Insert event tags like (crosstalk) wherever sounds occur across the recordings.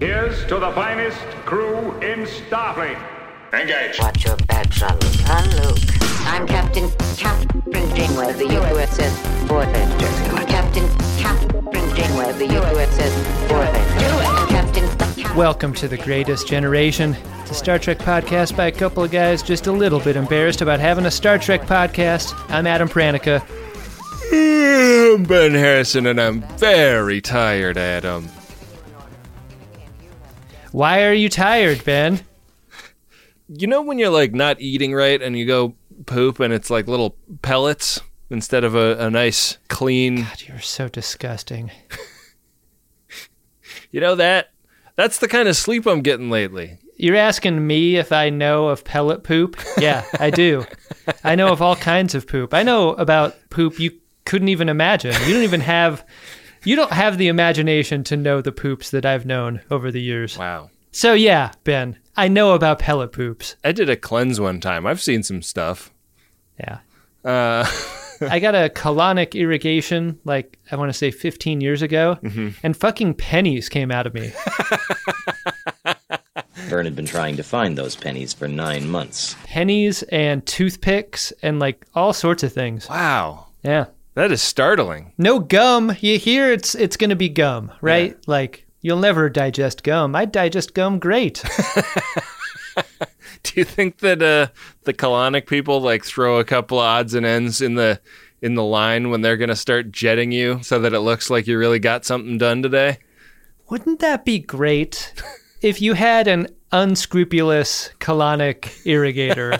Here's to the finest crew in Starfleet. Engage. Watch your back, son. I'm Luke. I'm Captain Catherine Janeway of the USS Voyager. Captain Catherine Janeway of the USS Voyager. Captain. Welcome to The Greatest Generation, the Star Trek podcast by a couple of guys just a little bit embarrassed about having a Star Trek podcast. I'm Adam Pranica. I'm Mm, Ben Harrison, and I'm very tired, Adam. Why are you tired, Ben? You know when you're like not eating right and you go poop and it's like little pellets instead of a, a nice clean. God, you're so disgusting. You know that? That's the kind of sleep I'm getting lately. You're asking me if I know of pellet poop? Yeah, I do. I know of all kinds of poop. I know about poop you couldn't even imagine. You don't even have you don't have the imagination to know the poops that I've known over the years. Wow. So yeah, Ben, I know about pellet poops. I did a cleanse one time. I've seen some stuff. Yeah. Uh, (laughs) I got a colonic irrigation like I want to say 15 years ago and fucking pennies came out of me. Vern had been trying to find those pennies for nine months. pennies and toothpicks and like all sorts of things. wow. Yeah. That is startling. (laughs) No gum. You hear it's it's going to be gum, right? Like you'll never digest gum. I digest gum great. Do you think that uh, the colonic people like throw a couple of odds and ends in the in the line when they're gonna start jetting you so that it looks like you really got something done today? Wouldn't that be great if you had an unscrupulous colonic irrigator?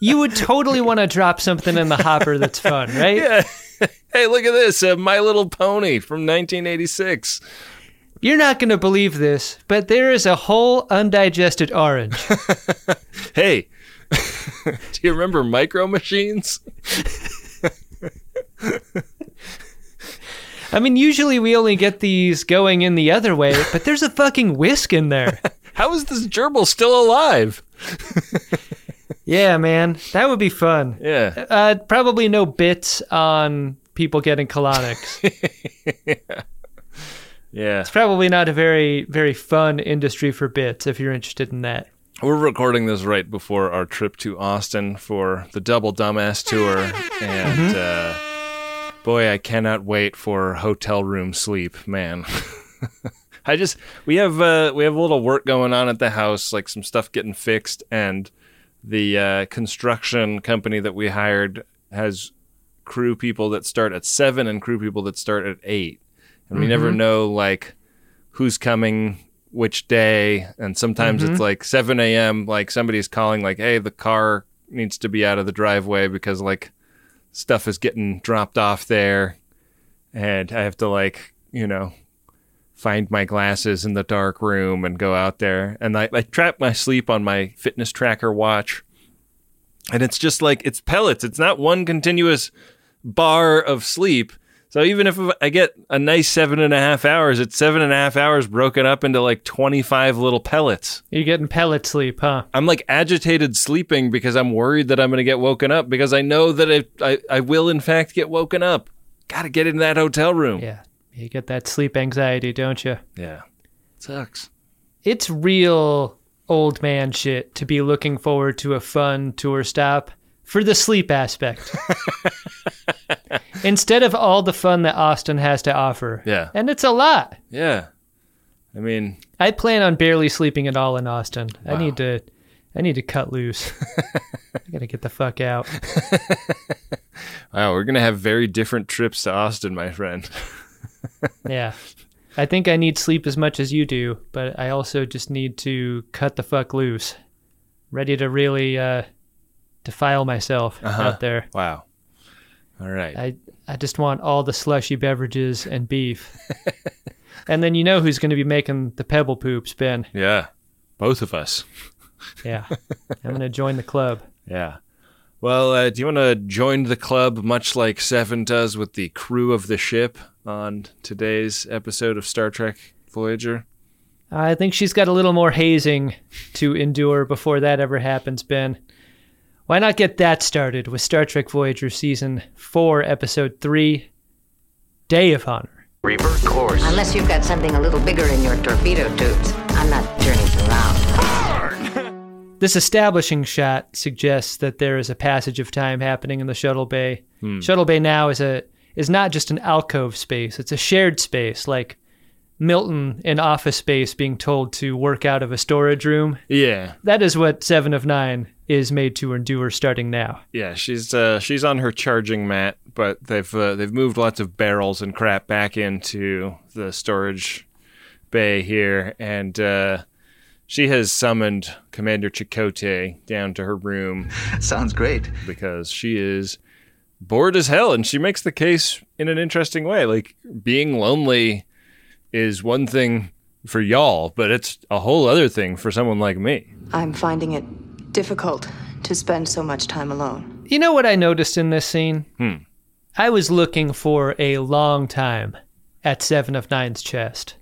you would totally want to drop something in the hopper that's fun, right? hey, look at this uh, My Little Pony from 1986. You're not going to believe this, but there is a whole undigested orange. Hey, (laughs) do you remember Micro Machines? I mean, usually we only get these going in the other way, but there's a fucking whisk in there. How is this gerbil still alive? Yeah, man, that would be fun. Yeah. Uh, probably no bits on people getting colonics. it's Yeah. probably not a very, very fun industry for bits if you're interested in that. We're recording this right before our trip to Austin for the Double Dumbass Tour. And uh, boy, I cannot wait for hotel room sleep, man. (laughs) I just we have uh, we have a little work going on at the house, like some stuff getting fixed, and the uh, construction company that we hired has crew people that start at seven and crew people that start at eight, and we never know like who's coming which day and sometimes it's like 7 a.m like somebody's calling like hey the car needs to be out of the driveway because like stuff is getting dropped off there and i have to like you know find my glasses in the dark room and go out there and i, I trap my sleep on my fitness tracker watch and it's just like it's pellets it's not one continuous bar of sleep. So even if I get a nice seven and a half hours, it's seven and a half hours broken up into like 25 little pellets. You're getting pellet sleep, huh? I'm like agitated sleeping because I'm worried that I'm going to get woken up because I know that I, I, I will, in fact, get woken up. Got to get in that hotel room. Yeah. You get that sleep anxiety, don't you? Yeah. Sucks. It's real old man shit to be looking forward to a fun tour stop for the sleep aspect. Instead of all the fun that Austin has to offer. Yeah. And it's a lot. Yeah. I mean, I plan on barely sleeping at all in Austin. I need to I need to cut loose. I gotta get the fuck out. wow, we're going to have very different trips to Austin, my friend. (laughs) Yeah. I think I need sleep as much as you do, but I also just need to cut the fuck loose. Ready to really uh defile myself out there. Wow. All right. I I just want all the slushy beverages and beef. and then you know who's gonna be making the pebble poops, Ben. yeah. Both of us. Yeah. (laughs) I'm gonna join the club. Yeah. Well, uh, do you want to join the club, much like Seven does with the crew of the ship on today's episode of Star Trek Voyager? I think she's got a little more hazing to endure before that ever happens, Ben. Why not get that started with Star Trek Voyager Season 4, Episode 3 Day of Honor? Revert course. Unless you've got something a little bigger in your torpedo tubes. I'm not turning around. This establishing shot suggests that there is a passage of time happening in the shuttle bay. Shuttle bay now is a is not just an alcove space; it's a shared space, like Milton in Office Space being told to work out of a storage room. Yeah, That is what Seven of Nine is made to endure starting now. yeah. She's uh, she's on her charging mat, but they've uh, they've moved lots of barrels and crap back into the storage bay here, and uh, she has summoned Commander Chakotay down to her room Sounds great. because she is bored as hell and she makes the case in an interesting way like being lonely is one thing for y'all but it's a whole other thing for someone like me I'm finding it difficult to spend so much time alone. You know what I noticed in this scene? Hmm. I was looking for a long time at Seven of Nine's (laughs) chest.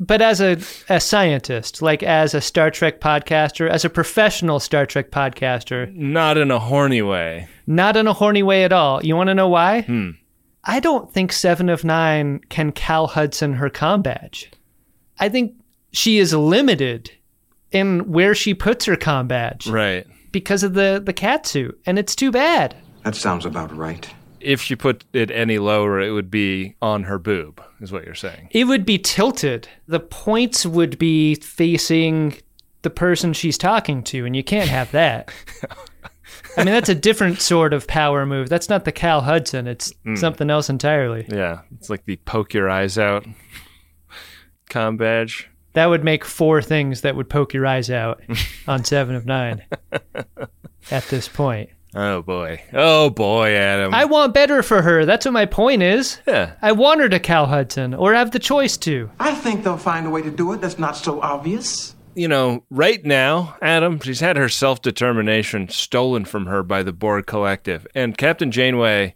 but as a, a scientist, like as a Star Trek podcaster, as a professional Star Trek podcaster, not in a horny way not in a horny way at all. You want to know why? Hmm. I don't think Seven of Nine can Cal Hudson her com badge. I think she is limited in where she puts her com badge right because of the, the cat suit, and it's too bad. That sounds about right. if she put it any lower it would be on her boob is what you're saying It would be tilted. The points would be facing the person she's talking to, and you can't have that. I mean, that's a different sort of power move. That's not the Cal Hudson, it's something else entirely. yeah it's like the poke your eyes out (laughs) com badge That would make four things that would poke your eyes out on Seven of Nine at this point. oh boy oh boy adam I want better for her. That's what my point is. yeah I want her to Cal Hudson, or have the choice to. I think they'll find a way to do it that's not so obvious. you know, right now, Adam, she's had her self determination stolen from her by the Borg Collective. And Captain Janeway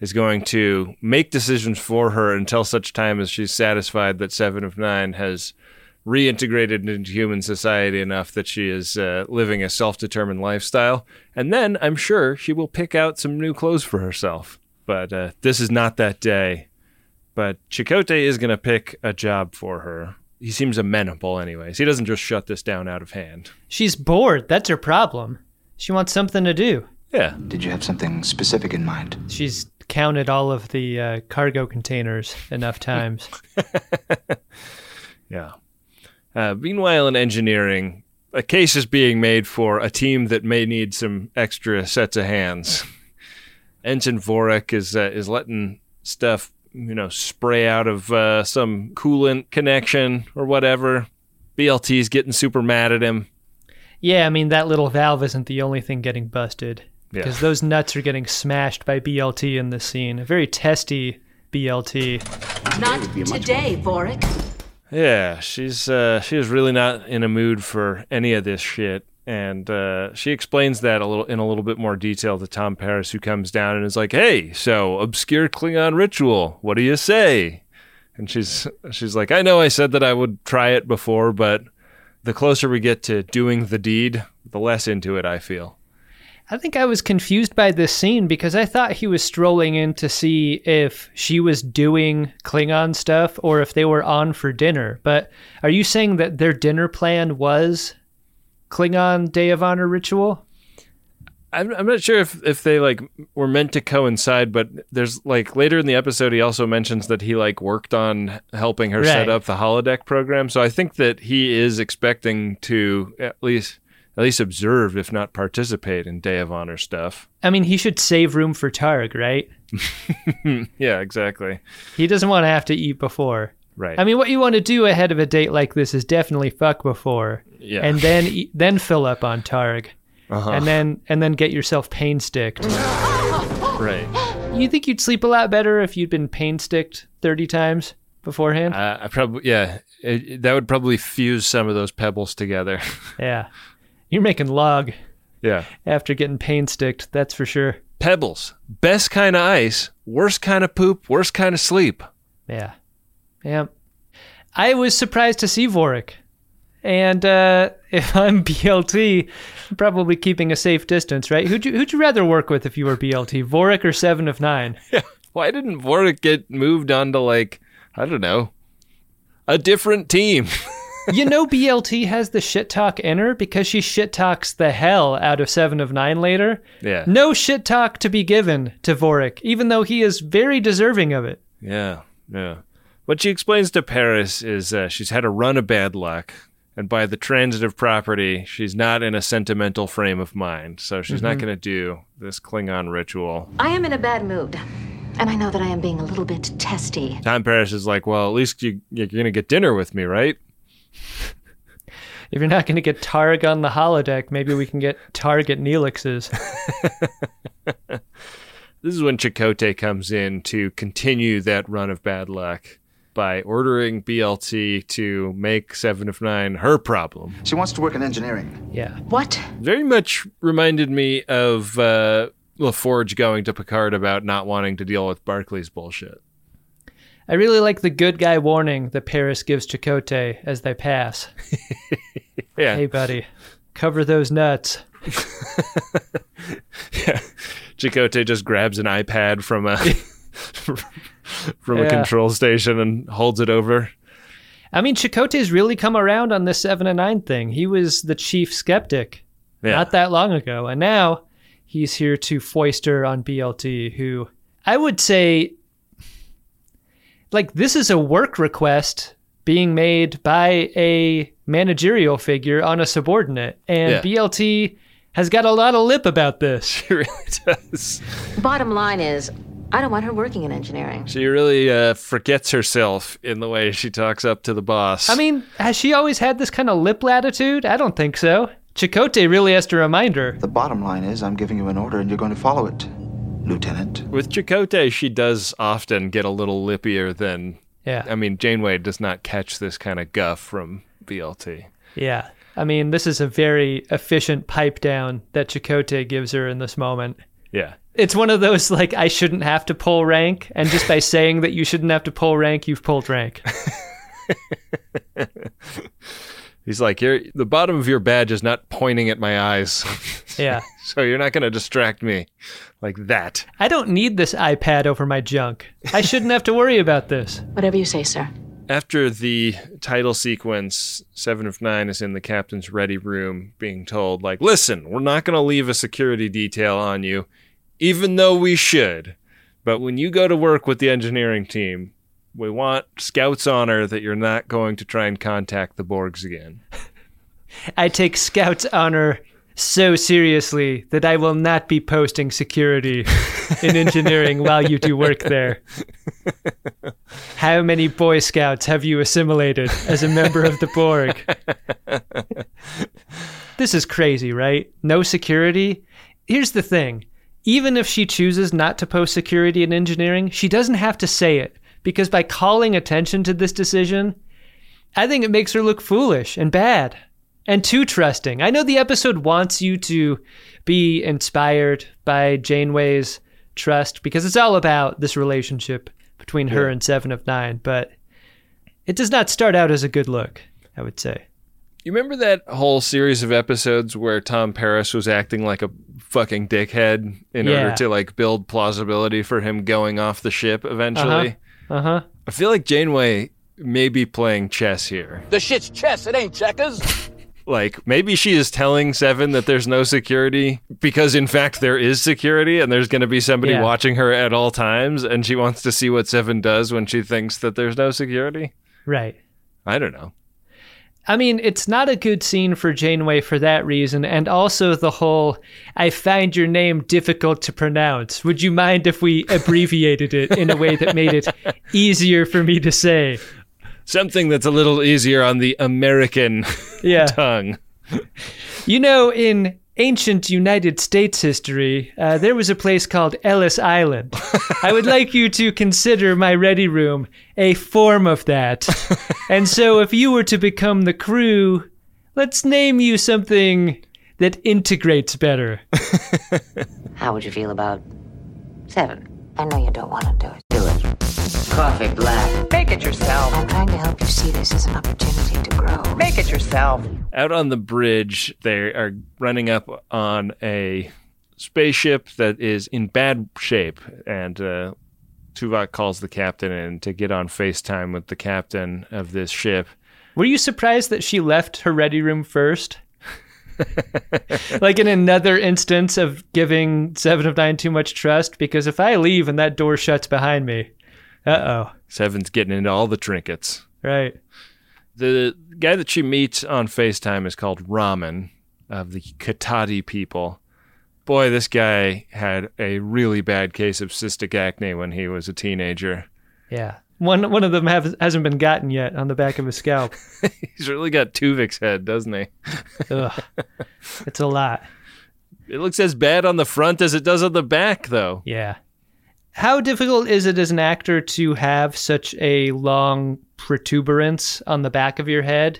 is going to make decisions for her until such time as she's satisfied that Seven of Nine has reintegrated into human society enough that she is uh, living a self determined lifestyle. And then I'm sure she will pick out some new clothes for herself. But uh, this is not that day. But Chicote is going to pick a job for her. He seems amenable, anyways. He doesn't just shut this down out of hand. She's bored. That's her problem. She wants something to do. Yeah. Did you have something specific in mind? She's counted all of the uh, cargo containers enough times. Yeah. Uh, meanwhile, in engineering, a case is being made for a team that may need some extra sets of hands. (laughs) Ensign Vorek is uh, is letting stuff, you know, spray out of uh, some coolant connection or whatever. BLT's getting super mad at him. yeah, I mean that little valve isn't the only thing getting busted Yeah. because those nuts are getting smashed by BLT in this scene. A very testy BLT. Not today, Vorik. Yeah, she's uh, she is really not in a mood for any of this shit, and uh, she explains that a little in a little bit more detail to Tom Paris, who comes down and is like, "Hey, so obscure Klingon ritual. What do you say?" And she's she's like, "I know I said that I would try it before, but the closer we get to doing the deed, the less into it I feel." I think I was confused by this scene because I thought he was strolling in to see if she was doing Klingon stuff or if they were on for dinner. But are you saying that their dinner plan was Klingon Day of Honor ritual? I'm, I'm not sure if, if they like were meant to coincide, but there's like later in the episode, he also mentions that he like worked on helping her Right. set up the holodeck program. So I think that he is expecting to at least at least observe, if not participate, in Day of Honor stuff. I mean, he should save room for Targ, right? Yeah, exactly. He doesn't want to have to eat before. Right. I mean, what you want to do ahead of a date like this is definitely fuck before, Yeah. and then eat, then fill up on Targ, and then and then get yourself pain sticked. right. You think you'd sleep a lot better if you'd been pain sticked thirty times beforehand? Uh, I probably yeah, it, it- that would probably fuse some of those pebbles together. (laughs) yeah, you're making log yeah. after getting pain sticked. That's for sure. Pebbles, best kind of ice, worst kind of poop, worst kind of sleep. Yeah. Yeah. I was surprised to see Vorik. And uh, (laughs) if I'm BLT, I'm probably keeping a safe distance, right? Who'd you, who'd you rather work with if you were BLT, Vorik or Seven of Nine? Why didn't Vorik get moved on to like I don't know a different team? (laughs) you know BLT has the shit talk in her because she shit talks the hell out of Seven of Nine later. Yeah. No shit talk to be given to Vorik, even though he is very deserving of it. Yeah, yeah. What she explains to Paris is uh, she's had a run of bad luck, and by the transitive property, she's not in a sentimental frame of mind, so she's not going to do this Klingon ritual. I am in a bad mood, and I know that I am being a little bit testy. Tom Paris is like, "Well, at least you you're going to get dinner with me, right?" If you're not going to get Targ on the holodeck, maybe we can get Target Neelixes. This is when Chakotay comes in to continue that run of bad luck by ordering BLT to make Seven of Nine her problem. She wants to work in engineering. Yeah. What? very much reminded me of uh, LaForge going to Picard about not wanting to deal with Barclay's bullshit. I really like the good guy warning that Paris gives Chakotay as they pass. (laughs) Yeah. Hey, buddy, cover those nuts. Chakotay just grabs an iPad from a (laughs) from a Yeah. control station and holds it over. I mean, Chakotay's really come around on this seven and nine thing. He was the chief skeptic Yeah. not that long ago, and now he's here to foist her on BLT, who I would say, like, this is a work request being made by a managerial figure on a subordinate, and Yeah. BLT has got a lot of lip about (laughs) this. She really does. Bottom line is, I don't want her working in engineering. She really uh, forgets herself in the way she talks up to the boss. I mean, has she always had this kind of lip latitude? I don't think so. Chakotay really has to remind her. The bottom line is, I'm giving you an order and you're going to follow it, Lieutenant. with Chakotay, she does often get a little lippier than. Yeah. I mean, Janeway does not catch this kind of guff from BLT. Yeah. I mean, this is a very efficient pipe down that Chakotay gives her in this moment. Yeah. It's one of those like I shouldn't have to pull rank, and just by saying that you shouldn't have to pull rank, you've pulled rank. He's like, You're, the bottom of your badge is not pointing at my eyes, (laughs) Yeah. so you're not going to distract me like that. I don't need this iPad over my junk. I shouldn't have to worry about this. Whatever you say, sir. After the title sequence, Seven of Nine is in the captain's ready room being told, like, listen, we're not going to leave a security detail on you, even though we should. But when you go to work with the engineering team, we want scouts honor that you're not going to try and contact the Borgs again. I take Scout's honor so seriously that I will not be posting security in engineering while you do work there. How many Boy Scouts have you assimilated as a member of the Borg? this is crazy, right? No security? Here's the thing even if she chooses not to post security in engineering, she doesn't have to say it because by calling attention to this decision, I think it makes her look foolish and bad and too trusting. I know the episode wants you to be inspired by Janeway's trust because it's all about this relationship between her and Seven of Nine, but it does not start out as a good look, I would say. You remember that whole series of episodes where Tom Paris was acting like a fucking dickhead in Yeah. order to like build plausibility for him going off the ship eventually? Uh huh. I feel like Janeway may be playing chess here. The shit's chess, it ain't checkers. (laughs) Like maybe she is telling Seven that there's no security because in fact there is security and there's going to be somebody Yeah. watching her at all times and she wants to see what Seven does when she thinks that there's no security. Right. I don't know. I mean, it's not a good scene for Janeway for that reason, and also the whole I find your name difficult to pronounce. Would you mind if we abbreviated it in a way that made it easier for me to say? Something that's a little easier on the American Yeah. tongue. You know, in ancient United States history, uh, there was a place called Ellis Island. I would like you to consider my ready room a form of that. and so, if you were to become the crew, let's name you something that integrates better. How would you feel about seven? I know you don't want to do it. Do it. Coffee black. Make it yourself. I'm trying to help you see this as an opportunity to grow. Make it yourself. out on the bridge, they are running up on a spaceship that is in bad shape and uh, Tuvok calls the captain in to get on FaceTime with the captain of this ship. Were you surprised that she left her ready room first? like in another instance of giving Seven of Nine too much trust, because if I leave and that door shuts behind me, uh oh. Seven's getting into all the trinkets. Right. The guy that she meets on FaceTime is called Ramen of the Katati people. Boy, this guy had a really bad case of cystic acne when he was a teenager. Yeah. One one of them have, hasn't been gotten yet on the back of his scalp. He's really got Tuvik's head, doesn't he? Ugh. It's a lot. It looks as bad on the front as it does on the back, though. Yeah. How difficult is it as an actor to have such a long protuberance on the back of your head?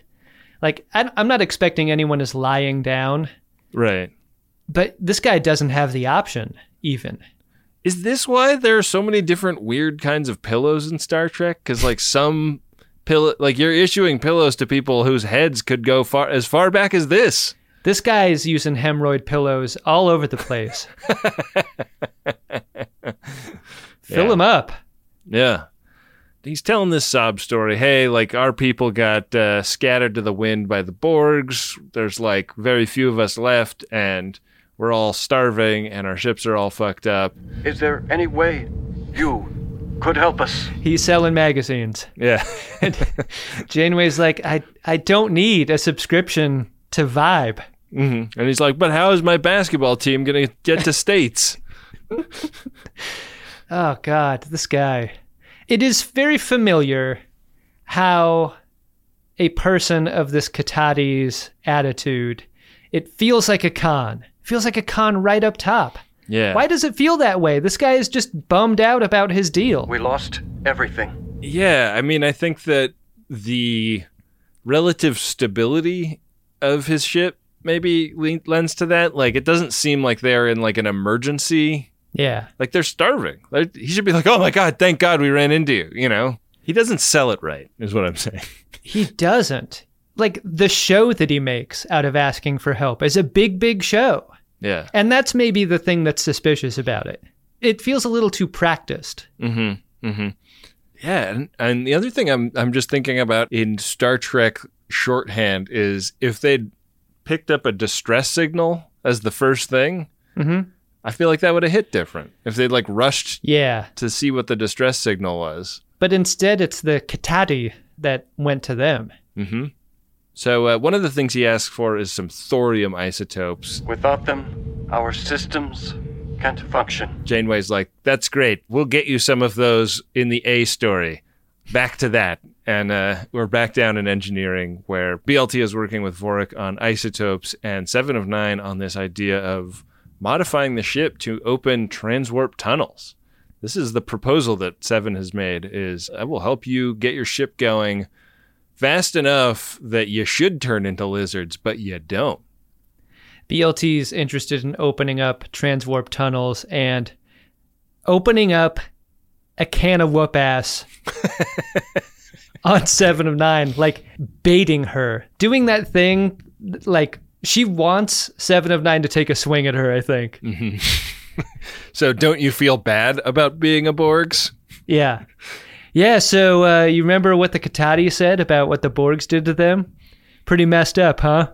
Like, I, I'm not expecting anyone is lying down, Right. but this guy doesn't have the option, even. Is this why there are so many different weird kinds of pillows in Star Trek? Because like some pillow, like you're issuing pillows to people whose heads could go far as far back as this. This guy is using hemorrhoid pillows all over the place. Fill Yeah. him up. Yeah. He's telling this sob story. Hey, like our people got uh, scattered to the wind by the Borgs. There's like very few of us left, and we're all starving, and our ships are all fucked up. Is there any way you could help us? He's selling magazines. Yeah. Janeway's like, I, I don't need a subscription to Vibe. Mm-hmm. and he's like, but how is my basketball team going to get to states? Oh God, this guy. It is very familiar how a person of this Katati's attitude, it feels like a con. Feels like a con right up top. (laughs) Yeah. Why does it feel that way? This guy is just bummed out about his deal. We lost everything. Yeah, I mean, I think that the relative stability of his ship maybe le- lends to that. Like, it doesn't seem like they're in like an emergency. Yeah. Like they're starving. They're, he should be like, "Oh my god, thank God we ran into you." You know, he doesn't sell it right, is what I'm saying. He doesn't. Like the show that he makes out of asking for help is a big, big show. Yeah, And that's maybe the thing that's suspicious about it. It feels a little too practiced. yeah. And, and the other thing I'm I'm just thinking about in Star Trek shorthand is if they'd picked up a distress signal as the first thing, I feel like that would have hit different. If they'd like rushed Yeah. to see what the distress signal was. But instead, it's the Katati that went to them. Mm-hmm. So uh, one of the things he asks for is some thorium isotopes. Without them, our systems can't function. Janeway's like, "That's great. We'll get you some of those in the A story." Back to that, and uh, we're back down in engineering where BLT is working with Vorik on isotopes and Seven of Nine on this idea of modifying the ship to open transwarp tunnels. This is the proposal that Seven has made: is I will help you get your ship going fast enough that you should turn into lizards, but you don't. BLT's interested in opening up transwarp tunnels and opening up a can of whoop ass on Seven of Nine, like baiting her, doing that thing, like she wants Seven of Nine to take a swing at her. I think. So don't you feel bad about being a Borgs? Yeah. Yeah, so uh, you remember what the Katati said about what the Borgs did to them? Pretty messed up, huh?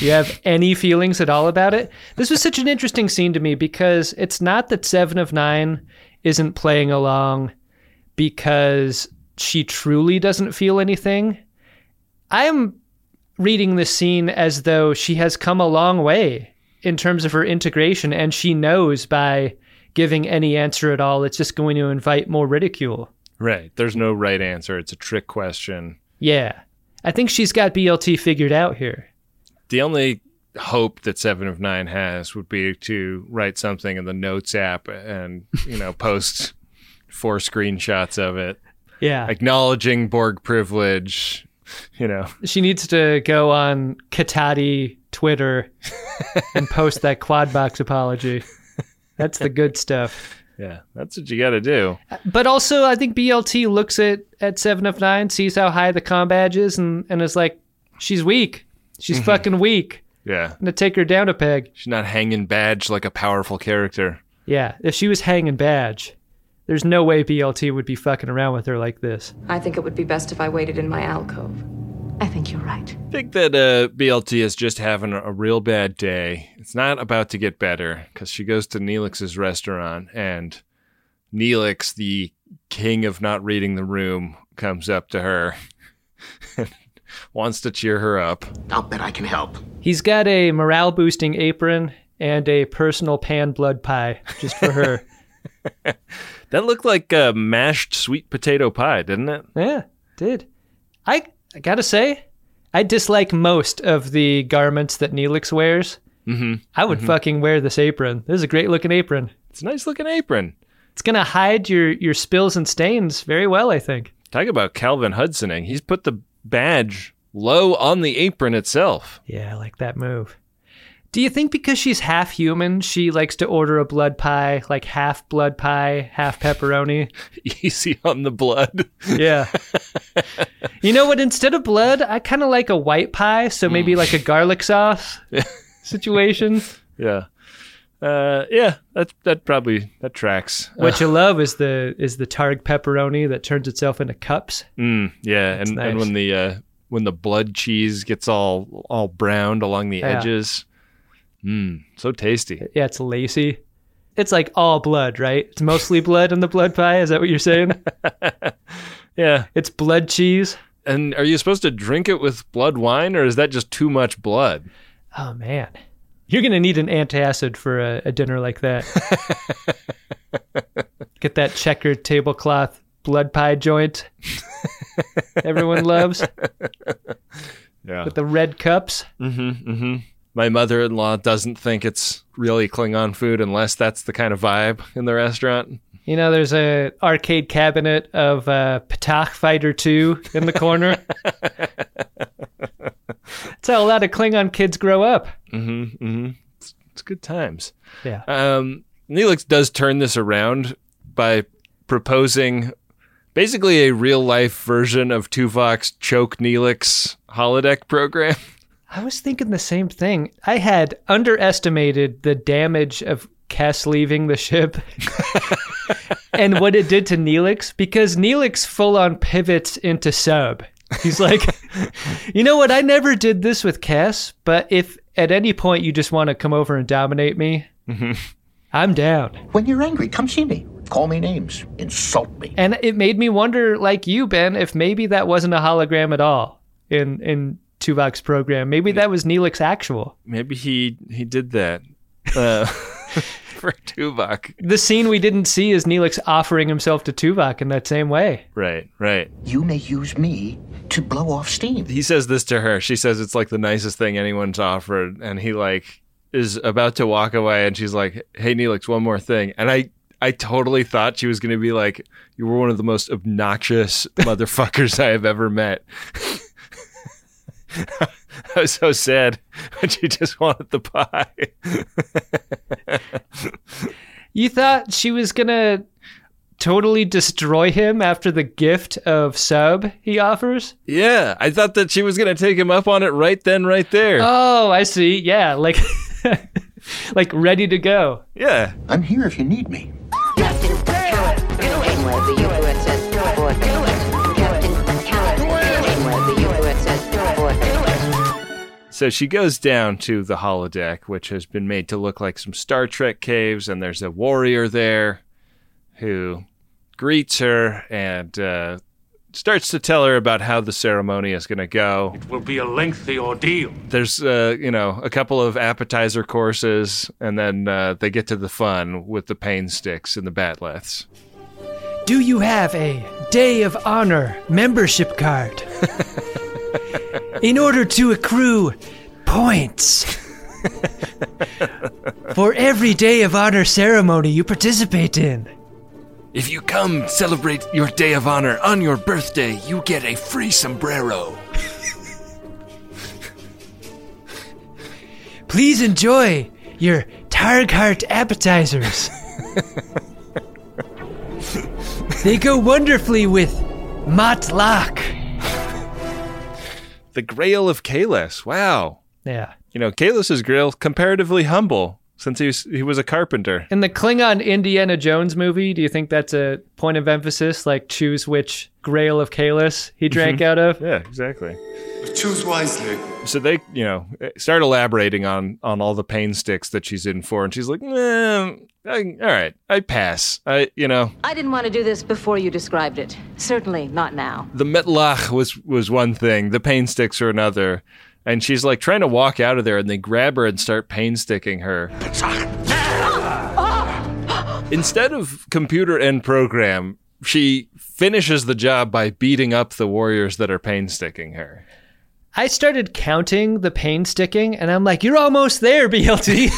You have any feelings at all about it? This was such an interesting scene to me because it's not that Seven of Nine isn't playing along because she truly doesn't feel anything. I'm reading this scene as though she has come a long way in terms of her integration, and she knows by giving any answer at all, it's just going to invite more ridicule. Right. There's no right answer. It's a trick question. Yeah. I think she's got BLT figured out here. The only hope that Seven of Nine has would be to write something in the notes app and, you know, post four screenshots of it, Yeah. acknowledging Borg privilege, you know. she needs to go on Katati Twitter and post that quad box apology. That's the good stuff. Yeah. That's what you got to do. But also, I think BLT looks at, at 7 of 9, sees how high the com badge is, and, and is like, she's weak. She's fucking weak. Yeah. I'm going to take her down a peg. She's not hanging badge like a powerful character. Yeah. If she was hanging badge, There's no way BLT would be fucking around with her like this. I think it would be best if I waited in my alcove. I think you're right. I think that uh, BLT is just having a real bad day. It's not about to get better because she goes to Neelix's restaurant and Neelix, the king of not reading the room, comes up to her (laughs) and wants to cheer her up. I'll bet I can help. He's got a morale boosting apron and a personal pan blood pie just for (laughs) her. That looked like a mashed sweet potato pie, didn't it? yeah, did. I, I gotta say, I dislike most of the garments that Neelix wears. Mm-hmm. I would fucking wear this apron. This is a great looking apron. It's a nice looking apron. It's gonna hide your, your spills and stains very well, I think. Talk about Calvin Hudsoning. He's put the badge low on the apron itself. (laughs) Yeah, I like that move. Do you think because she's half human, she likes to order a blood pie, like half blood pie, half pepperoni? Easy on the blood. Yeah. you know what? Instead of blood, I kind of like a white pie, so maybe like a garlic sauce situation. yeah. Uh, yeah, that that probably that tracks. Uh, What you love is the is the targ pepperoni that turns itself into cups. mm, yeah, and, and nice. when the uh, when the blood cheese gets all all browned along the Yeah. edges, mm, so tasty. Yeah, it's lacy. It's like all blood, right? It's mostly blood in the blood pie. Is that what you're saying? Yeah, It's blood cheese. and are you supposed to drink it with blood wine, or is that just too much blood? Oh man, you're gonna need an antacid for a, a dinner like that. Get that checkered tablecloth blood pie joint everyone loves Yeah. with the red cups. Mm-hmm. My mother-in-law doesn't think it's really Klingon food unless that's the kind of vibe in the restaurant. You know, there's a arcade cabinet of uh, Patak Fighter 2 in the corner. That's how a lot of Klingon kids grow up. Mm-hmm. It's good times. Yeah. Um, Neelix does turn this around by proposing basically a real-life version of Tuvok's choke Neelix holodeck program. (laughs) I was thinking the same thing. I had underestimated the damage of Cass leaving the ship (laughs) and what it did to Neelix because Neelix full on pivots into sub. He's like, (laughs) you know what? I never did this with Cass, but if at any point you just want to come over and dominate me, I'm down. When you're angry, come see me. Call me names. Insult me. And it made me wonder, like you, Ben, if maybe that wasn't a hologram at all in in Tuvok's program. Maybe that was Neelix actual. Maybe he he did that (laughs) uh, for Tuvok. the scene we didn't see is Neelix offering himself to Tuvok in that same way. Right, right. You may use me to blow off steam. he says this to her. She says it's like the nicest thing anyone's offered, and he like is about to walk away, and she's like, "Hey, Neelix, one more thing." And I, I totally thought she was gonna be like, "You were one of the most obnoxious (laughs) motherfuckers I have ever met." (laughs) I was so sad when she just wanted the pie. (laughs) You thought she was gonna totally destroy him after the gift of sub he offers? yeah, I thought that she was gonna take him up on it right then, right there. Oh, I see. Yeah, like (laughs) like ready to go. yeah, I'm here if you need me. Captain Coward, Captain where the USS Fort. Captain Coward, Captain where the USS Fort. So she goes down to the holodeck, which has been made to look like some Star Trek caves, and there's a warrior there who greets her and uh, starts to tell her about how the ceremony is going to go. Will be a lengthy ordeal. There's, uh, you know, a couple of appetizer courses, and then uh, they get to the fun with the pain sticks and the batleths. Do you have a Day of Honor membership (laughs) card? In order to accrue (laughs) points for every Day of Honor ceremony you participate in. If you come celebrate your day of honor on your birthday, you get a free sombrero. Please enjoy your Targhart (laughs) appetizers. they go wonderfully with Matlock. The Grail of Kalis. Wow. Yeah. You know, Kalis's grill comparatively humble since he was, he was a carpenter. In the Klingon Indiana Jones movie, do you think that's a point of emphasis? Like choose which grail of Kalis he drank out of? Yeah, exactly. Choose wisely. So they, you know, start elaborating on on all the pain sticks that she's in for, and she's like, nah, I, "All right, I pass. I, you know, I didn't want to do this before you described it. Certainly not now. the metlach was was one thing, the pain sticks are another." And she's like trying to walk out of there, and they grab her and start pain sticking her. Instead of computer end program, she finishes the job by beating up the warriors that are pain sticking her. I started counting the pain sticking, and I'm like, "You're almost there, (laughs) BLT.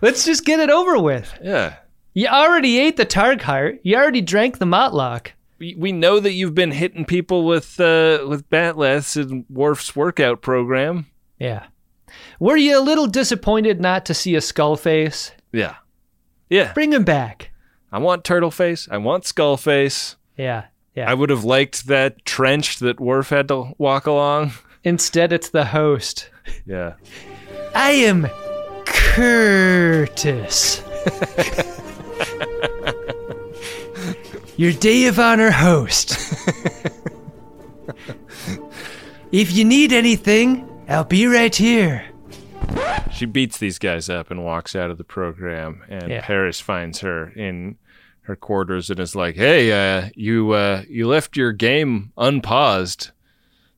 Let's just get it over with. Yeah. You already ate the targ heart. You already drank the motlock. We we know that you've been hitting people with uh, with batleths in Worf's workout program. Yeah. Were you a little disappointed not to see a skull face? Yeah. Yeah. Bring him back. I want turtle face. I want skull face. Yeah. I would have liked that trench that Worf had to walk along. Instead, it's the host. Yeah. I am Curtis. Your Day of Honor host. if you need anything, I'll be right here. She beats these guys up and walks out of the program, and Yeah. Paris finds her in her quarters and is like, "Hey, uh, you uh, you left your game unpaused,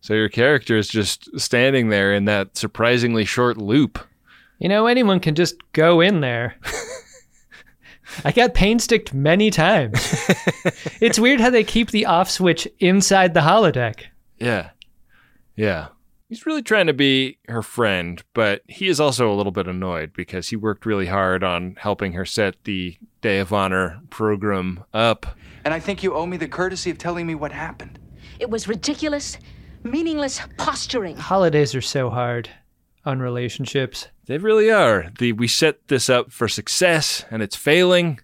so your character is just standing there in that surprisingly short loop." You know, anyone can just go in there. I got pain sticked many times. it's weird how they keep the off switch inside the holodeck. Yeah, yeah. He's really trying to be her friend, but he is also a little bit annoyed because he worked really hard on helping her set the Day of Honor program up. And I think you owe me the courtesy of telling me what happened. It was ridiculous, meaningless posturing. Holidays are so hard on relationships. They really are. The we set this up for success and it's failing.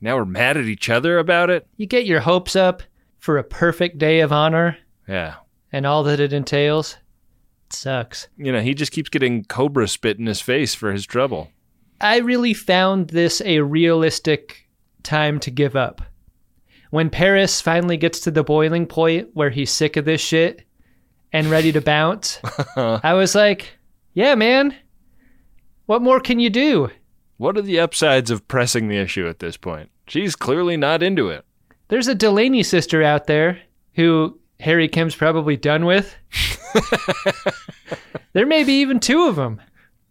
Now we're mad at each other about it. You get your hopes up for a perfect day of honor Yeah. and all that it entails. It sucks. You know, he just keeps getting cobra spit in his face for his trouble. I really found this a realistic time to give up. When Paris finally gets to the boiling point where he's sick of this shit and ready to bounce, I was like, yeah, man, what more can you do? What are the upsides of pressing the issue at this point? She's clearly not into it. There's a Delaney sister out there who Harry Kim's probably done with. there may be even two of them.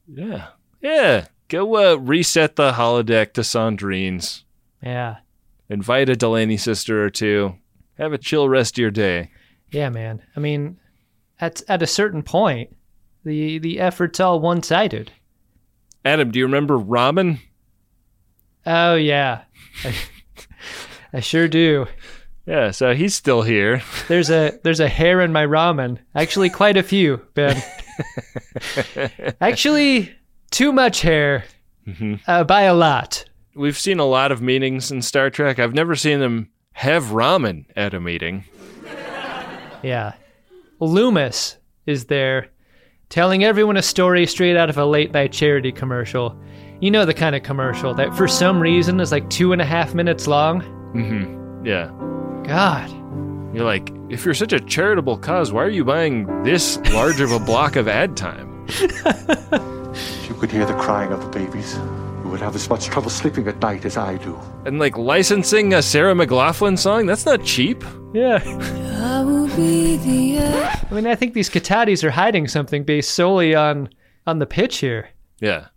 Yeah. Yeah. Go uh, reset the holodeck to Sandrine's. Yeah. Invite a Delaney sister or two. Have a chill rest of your day. Yeah, man. I mean, at at a certain point, the the effort's all one-sided. Adam, do you remember Ramen? Oh yeah. I, (laughs) I sure do. Yeah, so he's still here. There's a there's a hair in my ramen. Actually quite a few, Ben. Actually too much hair. Uh, by a lot. We've seen a lot of meetings in Star Trek. I've never seen them have ramen at a meeting. Yeah. Loomis is there telling everyone a story straight out of a late night charity commercial. You know the kind of commercial that for some reason is like two and a half minutes long. Mm-hmm. Yeah. God. You're like, if you're such a charitable cause, why are you buying this large of a block of ad time? If you could hear the crying of the babies, you would have as much trouble sleeping at night as I do. And like licensing a Sarah McLaughlin song? That's not cheap. Yeah. I mean, I think these Katatis are hiding something based solely on on the pitch here. Yeah.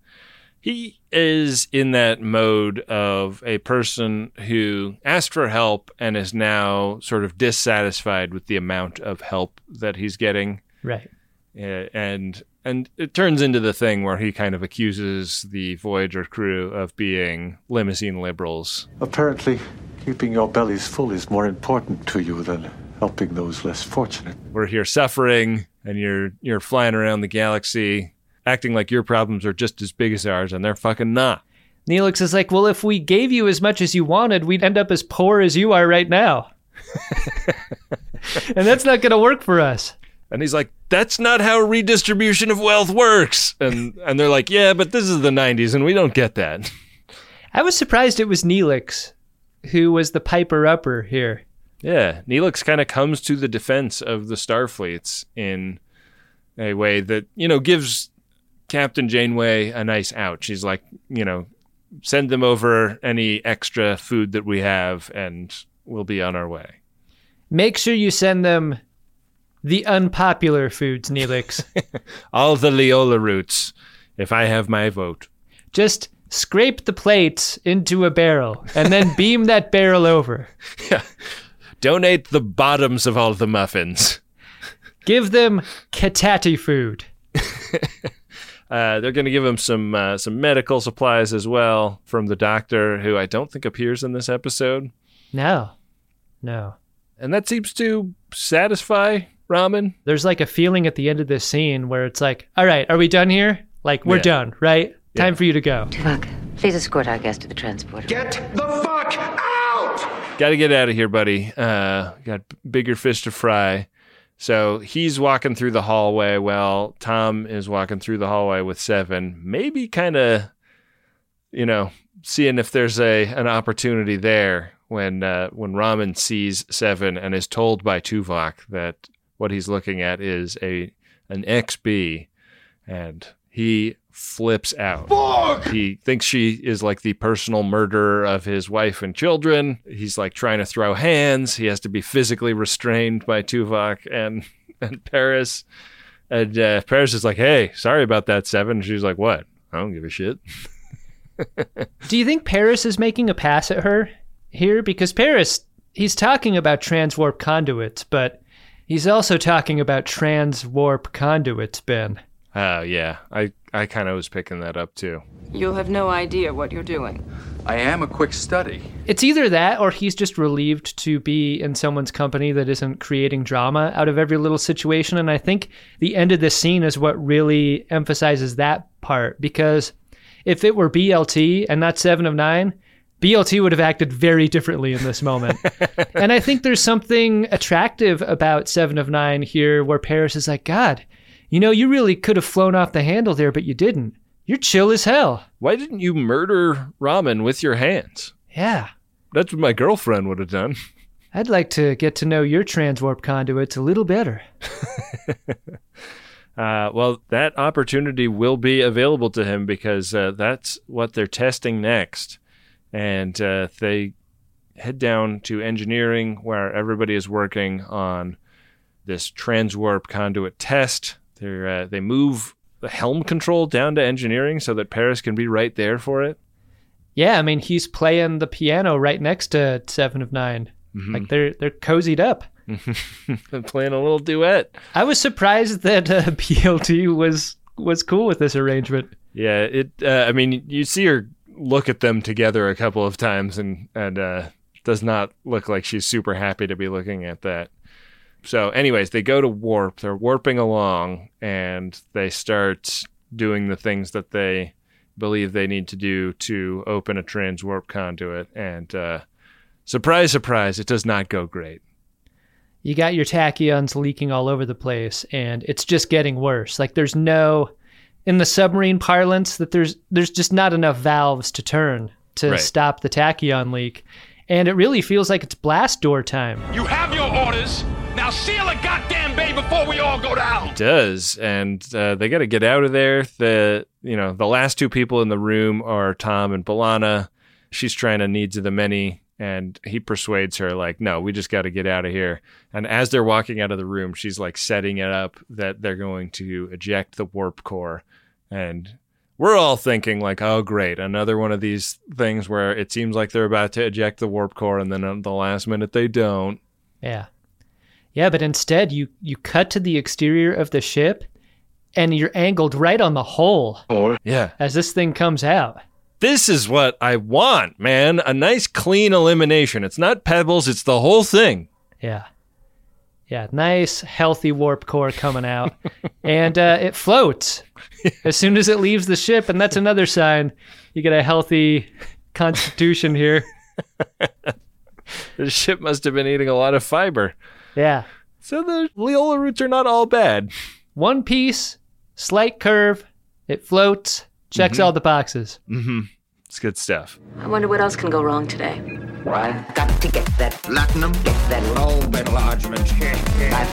He is in that mode of a person who asked for help and is now sort of dissatisfied with the amount of help that he's getting. Right. Yeah, and and it turns into the thing where he kind of accuses the Voyager crew of being limousine liberals. Apparently, keeping your bellies full is more important to you than helping those less fortunate. We're here suffering, and you're you're flying around the galaxy, acting like your problems are just as big as ours, and they're fucking not. Neelix is like, well, if we gave you as much as you wanted, we'd end up as (laughs) poor as you are right now. and that's not going to work for us. And he's like, "That's not how redistribution of wealth works." And and they're like, "Yeah, but this is the '90s, and we don't get that." (laughs) I was surprised it was Neelix, who was the piper upper here. Yeah, Neelix kind of comes to the defense of the Starfleets in a way that you know gives Captain Janeway a nice out. She's like, you know, send them over any extra food that we have, and we'll be on our way. Make sure you send them the unpopular foods, (laughs) Neelix. All the Leola roots, if I have my vote. Just scrape the plates into a barrel and then beam that barrel over. Yeah. Donate the bottoms of all the muffins. (laughs) Give them katati food. Uh, they're going to give him some uh, some medical supplies as well from the doctor, who I don't think appears in this episode. No, no. And that seems to satisfy Ramen. There's like a feeling at the end of this scene where it's like, all right, are we done here? Like we're Yeah. done, right? Time for you to go. Tuvok, please escort our guest to the transporter. Get The fuck out! Got to get out of here, buddy. Uh, got b- bigger fish to fry. So he's walking through the hallway. Well, Tom is walking through the hallway with Seven. Maybe kind of, you know, seeing if there's a an opportunity there when uh, when Ramen sees Seven and is told by Tuvok that what he's looking at is a an XB, and he flips out. He thinks she is like the personal murderer of his wife and children. He's like trying to throw hands. He has to be physically restrained by Tuvok and, (laughs) and Paris. And uh, Paris is like, hey, sorry about that, Seven. She's like, what? I don't give a shit. Do you think Paris is making a pass at her here? Because Paris, he's talking about transwarp conduits, but he's also talking about transwarp conduits, Ben. Oh, yeah. I, I kind of was picking that up too. You'll have no idea what you're doing. I am a quick study. It's either that or he's just relieved to be in someone's company that isn't creating drama out of every little situation. And I think the end of this scene is what really emphasizes that part because if it were BLT and not Seven of Nine, BLT would have acted very differently in this moment. and I think there's something attractive about Seven of Nine here where Paris is like, God, you know, you really could have flown off the handle there, but you didn't. You're chill as hell. Why didn't you murder Ramen with your hands? Yeah. That's what my girlfriend would have done. I'd like to get to know your transwarp conduits a little better. Uh, well, that opportunity will be available to him because uh, that's what they're testing next. And uh, they head down to engineering where everybody is working on this transwarp conduit test. They're, uh, they move the helm control down to engineering so that Paris can be right there for it. (laughs) Yeah, I mean he's playing the piano right next to Seven of 9 Mhm. Like they're they're cozied up. playing a little duet. I was surprised that uh, (laughs) BLT was was cool with this arrangement. Yeah, it. Uh, I mean, you see her look at them together a couple of times, and and uh, does not look like she's super happy to be looking at that. So, anyways, they go to warp. They're warping along, and they start doing the things that they believe they need to do to open a transwarp conduit. And uh, surprise, surprise, it does not go great. You got your tachyons leaking all over the place, and it's just getting worse. Like there's no, in the submarine parlance, that there's there's just not enough valves to turn to Right. stop the tachyon leak, and it really feels like it's blast door time. You have your orders. Now seal the goddamn bay before we all go down. does and uh, they got to get out of there the you know the last two people in the room are tom and balana she's trying to needs of the many and he persuades her like no we just got to get out of here and as they're walking out of the room she's like setting it up that they're going to eject the warp core and we're all thinking like oh great another one of these things where it seems like they're about to eject the warp core and then at the last minute they don't Yeah. Yeah, but instead you you cut to the exterior of the ship and you're angled right on the hole yeah as this thing comes out. This is what I want, man. A nice clean elimination. It's not pebbles, it's the whole thing. Yeah. Yeah, nice healthy warp core coming out. and uh, it floats as soon as it leaves the ship and that's another sign you get a healthy constitution here. This ship must have been eating a lot of fiber. Yeah. So the Leola roots are not all bad. One piece, slight curve, it floats, checks all the boxes. Mm-hmm. It's good stuff. I wonder what else can go wrong today. I've got to get that platinum, get that lobe enlargement. I've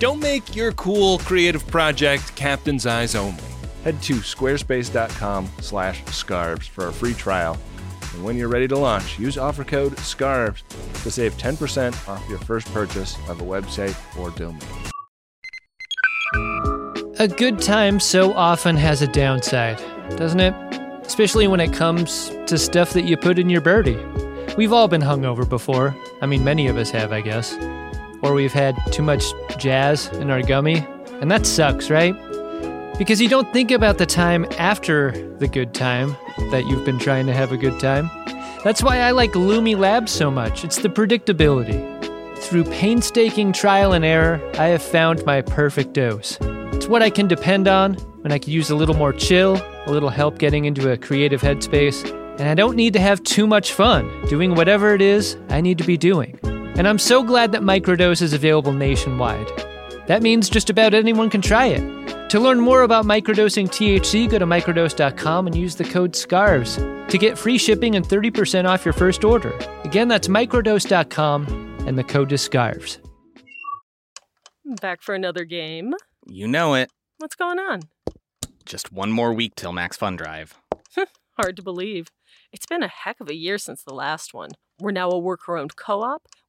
Don't make your cool creative project captain's eyes only. Head to squarespace.com slash scarves for a free trial. And when you're ready to launch, use offer code SCARVES to save 10% off your first purchase of a website or domain. A good time so often has a downside, doesn't it? Especially when it comes to stuff that you put in your birdie. We've all been hungover before. I mean, many of us have, I guess. Or we've had too much jazz in our gummy. And that sucks, right? Because you don't think about the time after the good time that you've been trying to have a good time. That's why I like Lumi Labs so much. It's the predictability. Through painstaking trial and error, I have found my perfect dose. It's what I can depend on when I could use a little more chill, a little help getting into a creative headspace, and I don't need to have too much fun doing whatever it is I need to be doing. And I'm so glad that Microdose is available nationwide. That means just about anyone can try it. To learn more about microdosing THC, go to microdose.com and use the code SCARVES to get free shipping and 30% off your first order. Again, that's microdose.com and the code is SCARVES. Back for another game. You know it. What's going on? Just one more week till Max Fun Drive. (laughs) Hard to believe. It's been a heck of a year since the last one. We're now a worker owned co op.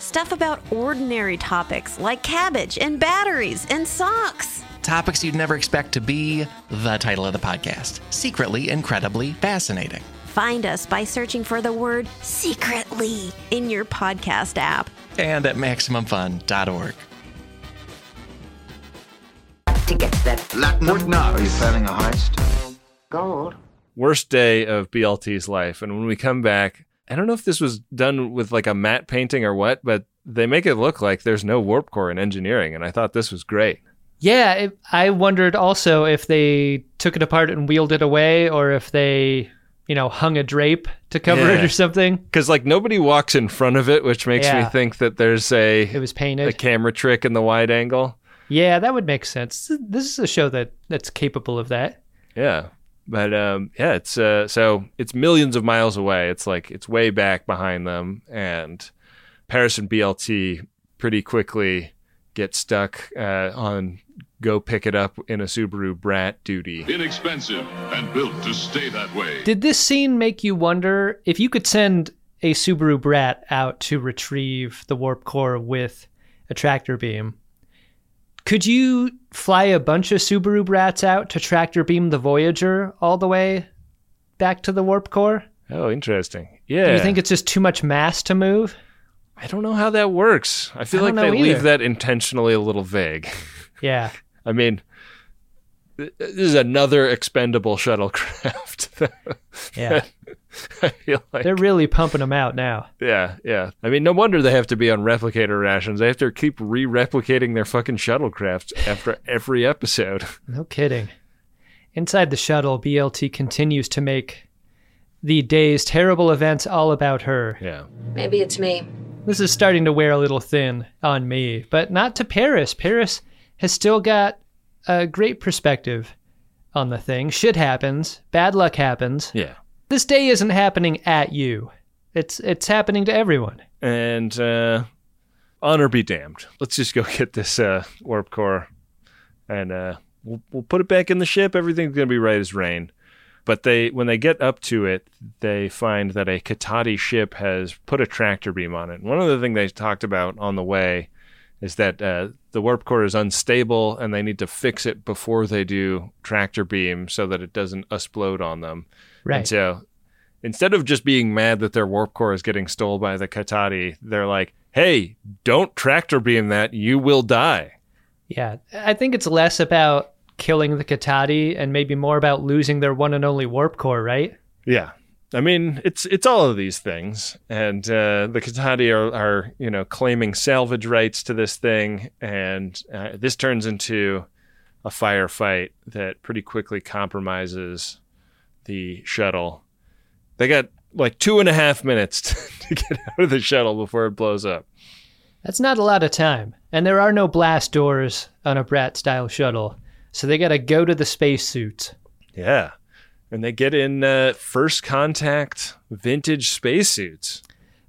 stuff about ordinary topics like cabbage and batteries and socks. Topics you'd never expect to be the title of the podcast. Secretly Incredibly Fascinating. Find us by searching for the word secretly in your podcast app. And at MaximumFun.org. to get that What now? Are you planning a heist? gold. Worst day of BLT's life. And when we come back, I don't know if this was done with like a matte painting or what, but they make it look like there's no warp core in engineering. And I thought this was great. Yeah, it, I wondered also if they took it apart and wheeled it away or if they, you know, hung a drape to cover it Yeah. or something. Because like nobody walks in front of it, which makes Yeah. me think that there's a it was painted a camera trick in the wide angle. Yeah, that would make sense. This is a show that that's capable of that. Yeah, but um, yeah, it's uh, so it's millions of miles away. It's like it's way back behind them, and Paris and BLT pretty quickly get stuck uh, on go pick it up in a Subaru brat duty. Inexpensive and built to stay that way. Did this scene make you wonder if you could send a Subaru Brat out to retrieve the warp core with a tractor beam? Could you fly a bunch of Subaru Brats out to tractor beam the Voyager all the way back to the warp core? Oh, interesting. Yeah. Do you think it's just too much mass to move? I don't know how that works. I feel I like don't they know leave either. that intentionally a little vague. Yeah. I mean, th- this is another expendable shuttlecraft. (laughs) Yeah. I feel like They're really pumping them out now. Yeah, yeah. I mean, no wonder they have to be on replicator rations. They have to keep re-replicating their fucking shuttlecraft after every episode. No kidding. Inside the shuttle, BLT continues to make the day's terrible events all about her. (laughs) Yeah. Maybe it's me. This is starting to wear a little thin on me, but not to Paris. Paris has still got a great perspective on the thing. Shit happens, bad luck happens. Yeah. This day isn't happening at you. It's it's happening to everyone. And uh, honor be damned. Let's just go (laughs) get this uh, warp core, and uh, we'll we'll put it back in the ship. Everything's gonna be right as rain. But they when they get up to it, they find that a Katati ship has put a tractor beam on it. And one other thing they talked about on the way is that uh, the warp core is unstable, and they need to fix it before they do tractor beam so that it doesn't explode on them. Right. And so instead of just being mad that their warp core is getting stole by the Katati, they're like, hey, don't tractor beam that. You will die. Yeah, I think it's less about killing the Katati and maybe more about losing their one and only warp core, right? Yeah. I mean, it's it's all of these things, and uh, the Katati are, are you know claiming salvage rights to this thing, and uh, this turns into a firefight that pretty quickly compromises the shuttle. They got like two and a half minutes (laughs) to get out of the shuttle before it blows up. That's not a lot of time, and there are no blast doors on a Brat style shuttle, so they gotta go to the spacesuits. Yeah, and they get in uh, first contact vintage spacesuits.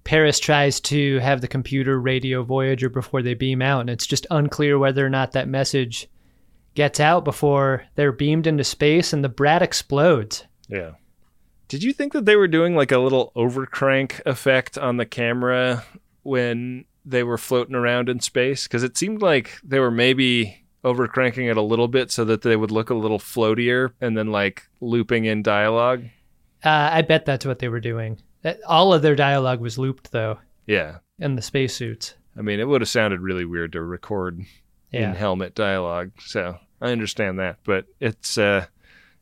Paris tries to have the computer radio Voyager before they beam out, and it's just unclear whether or not that message gets out before they're beamed into space and the Brat explodes. Yeah. Did you think that they were doing like a little overcrank effect on the camera when they were floating around in space? Because it seemed like they were maybe overcranking it a little bit so that they would look a little floatier and then like looping in dialogue. Uh, I bet that's what they were doing. That- All of their dialogue was looped, though, Yeah. in the spacesuits. I mean, it would have sounded really weird to record Yeah. in helmet dialogue. So I understand that, but it's uh,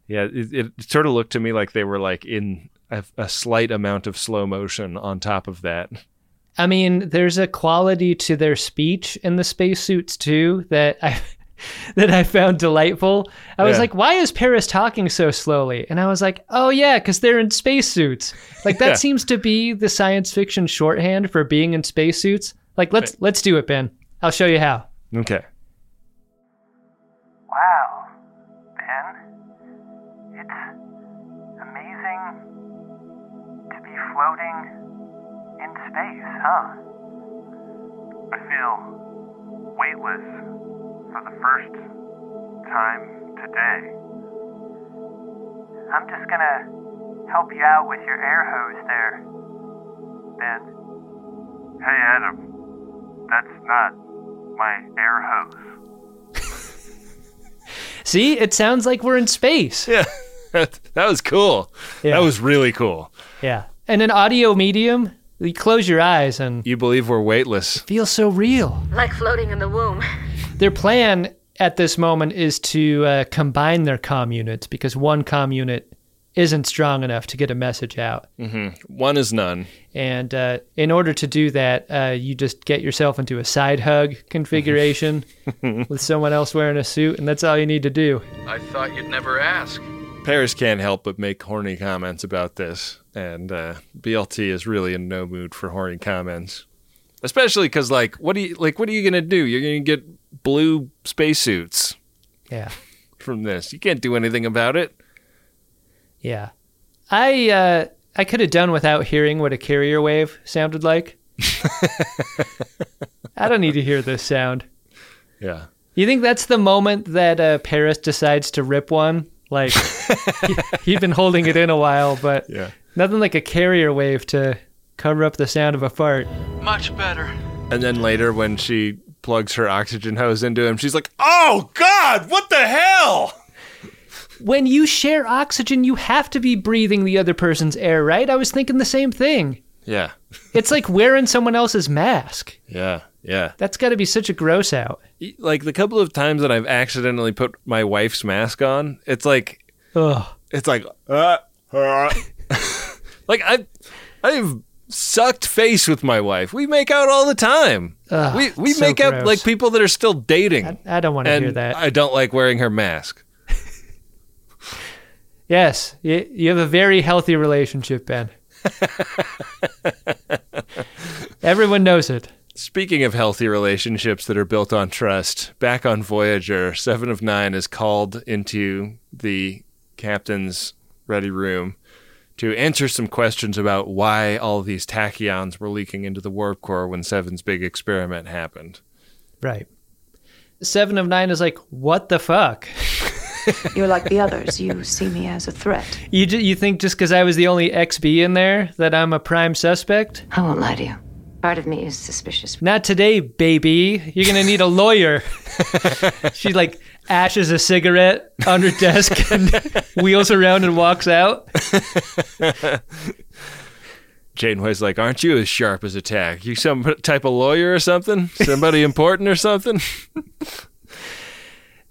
yeah, it, it sort of looked to me like they were like in a, a slight amount of slow motion on top of that. I mean, there's a quality to their speech in the spacesuits too that I (laughs) that I found delightful. I was Yeah. like, why is Paris talking so slowly? And I was like, oh yeah, because they're in spacesuits. Like that Yeah. seems to be the science fiction shorthand for being in spacesuits. Like let's let's do it, Ben. I'll show you how. Okay. Wow, Ben. It's amazing to be floating in space, huh? I feel weightless for the first time today. I'm just gonna help you out with your air hose there, Ben. Hey, Adam. That's not my air hose. See, it sounds like we're in space. Yeah. (laughs) that was cool. Yeah. That was really cool. Yeah. And an audio medium, you close your eyes and You believe we're weightless. feels so real. Like floating in the womb. Their plan at this moment is to uh, combine their comm units because one comm unit isn't strong enough to get a message out. hmm One is none. And uh, in order to do that, uh, you just get yourself into a side hug configuration with someone else wearing a suit, and that's all you need to do. I thought you'd never ask. Paris can't help but make horny comments about this, and uh, BLT is really in no mood for horny comments. Especially because, like, what do you like? What are you gonna do? You're gonna get blue spacesuits Yeah. from this. You can't do anything about it. Yeah. I uh, I could have done without hearing what a carrier wave sounded like. I don't need to hear this sound. Yeah. You think that's the moment that uh, Paris decides to rip one? Like (laughs) he, he'd been holding it in a while, but Yeah. nothing like a carrier wave to cover up the sound of a fart. Much better. And then later, when she plugs her oxygen hose into him, she's like, "Oh God, what the hell?" when you share oxygen, you have to be breathing the other person's air, right? I was thinking the same thing. Yeah. It's like wearing someone else's mask. Yeah. Yeah. That's got to be such a gross out. E, Like the couple of times that I've accidentally put my wife's mask on, it's like, Ugh. it's like, uh, uh. (laughs) like I, I've sucked face with my wife. We make out all the time. Ugh, we we so make out gross. like people that are still dating. I don't want to hear And that. I don't like wearing her mask. Yes, you, you have a very healthy relationship, (laughs) Ben. Everyone knows it. Speaking of healthy relationships that are built on trust, back on Voyager, Seven of Nine is called into the captain's ready room to answer some questions about why all these tachyons were leaking into the warp core when Seven's big experiment happened. Right. Seven of Nine is like, what the fuck? (laughs) You're like the others. You see me as a threat. You, ju- you think just because I was the only XB in there that I'm a prime suspect? I won't lie to you. Part of me is suspicious. Not today, baby. You're going to need a lawyer. (laughs) she like ashes a cigarette on her desk (laughs) and wheels around and walks out. Janeway's like, Aren't you as sharp as a tack? You some type of lawyer or something? Somebody important or something?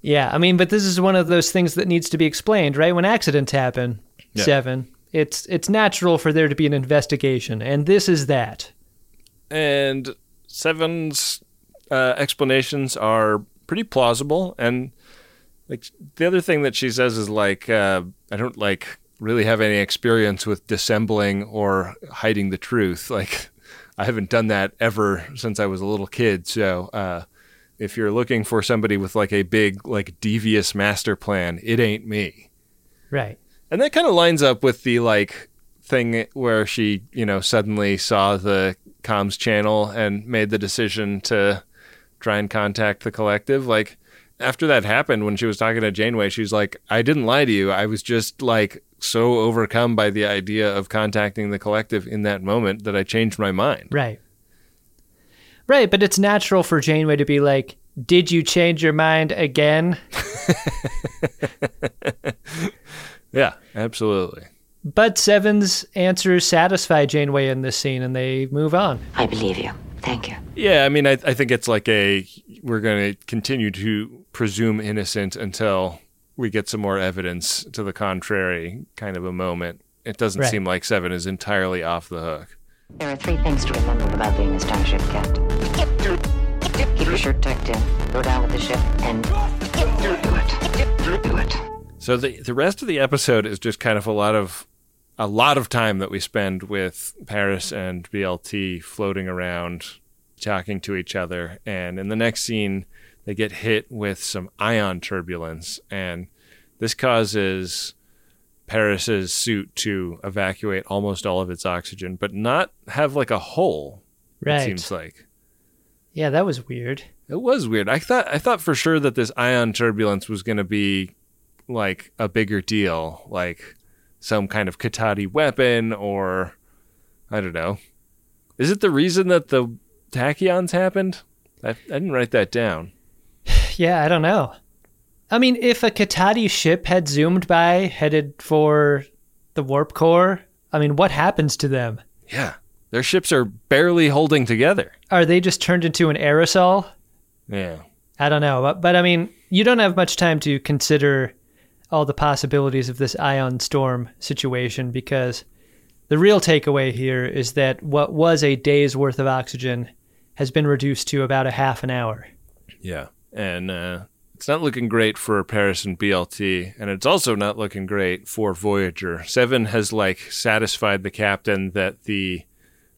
Yeah, I mean, but this is one of those things that needs to be explained, right? When accidents happen, Yeah. seven, it's it's natural for there to be an investigation, and this is that. (laughs) and Seven's uh, explanations are pretty plausible. And like the other thing that she says is like, uh, I don't like really have any experience with dissembling or hiding the truth. (laughs) Like, I haven't done that ever since I was a little kid. So, uh, if you're looking for somebody with like a big, like devious master plan, it ain't me. Right. And that kind of lines up with the like thing where she, you know, suddenly saw the comms channel and made the decision to try and contact the collective. Like after that happened, when she was talking to Janeway, she's like, "I didn't lie to you. I was just like so overcome by the idea of contacting the collective in that moment that I changed my mind." Right. Right, but it's natural for Janeway to be like, "Did you change your mind again?" Yeah, absolutely. But Seven's answers satisfy Janeway in this scene, and they move on. I believe you. Thank you. Yeah, I mean, I, I think it's like a we're going to continue to presume innocent until we get some more evidence to the contrary kind of a moment. It doesn't Right. seem like Seven is entirely off the hook. There are three things to remember about being a starship captain. Keep your shirt tucked in, go down with the ship, and do it. Do it. So the the rest of the episode is just kind of a lot of a lot of time that we spend with Paris and BLT floating around talking to each other and in the next scene they get hit with some ion turbulence and this causes Paris's suit to evacuate almost all of its oxygen but not have like a hole Right. it seems like Yeah, that was weird. (sighs) it was weird. I thought I thought for sure that this ion turbulence was going to be like a bigger deal, like some kind of Katati weapon or I don't know. Is it the reason that the tachyons happened? I, I didn't write that down. Yeah, I don't know. I mean, if a Katati ship had zoomed by, headed for the warp core, I mean, what happens to them? Yeah. Their ships are barely holding together. Are they just turned into an aerosol? Yeah. I don't know. But, but I mean, you don't have much time to consider all the possibilities of this ion storm situation because the real takeaway here is that what was a day's worth of oxygen has been reduced to about a half an hour. Yeah. And uh, it's not looking great for Paris and BLT. And it's also not looking great for Voyager. Seven has, like, satisfied the captain that the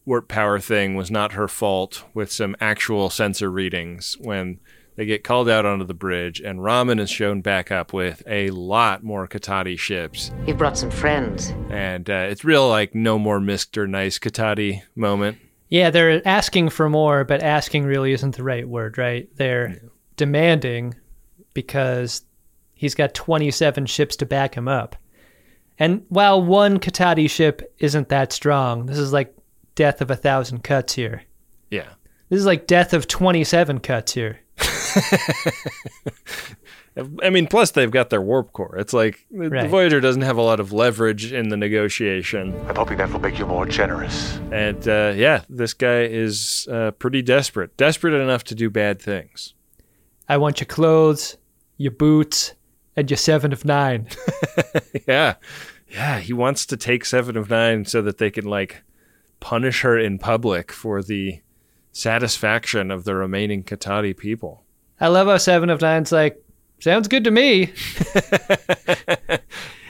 warp power thing was not her fault with some actual sensor readings when they get called out onto the bridge. And Raman is shown back up with a lot more Katati ships. You brought some friends. And uh, it's real, like, no more Mr. Nice Katati moment. Yeah, they're asking for more, but asking really isn't the right word, right? They're demanding because he's got 27 ships to back him up. And while one Katati ship isn't that strong, this is like death of a thousand cuts here. Yeah. This is like death of 27 cuts here. I mean, plus they've got their warp core. It's like the- the Right. Voyager doesn't have a lot of leverage in the negotiation. I'm hoping that will make you more generous. And uh, yeah, this guy is uh, pretty desperate, desperate enough to do bad things. (laughs) I want your clothes, your boots, and your seven of nine. (laughs) yeah, yeah, he wants to take Seven of Nine so that they can like punish her in public for the satisfaction of the remaining Katati people. (laughs) I love how seven of nine's like, sounds good to me.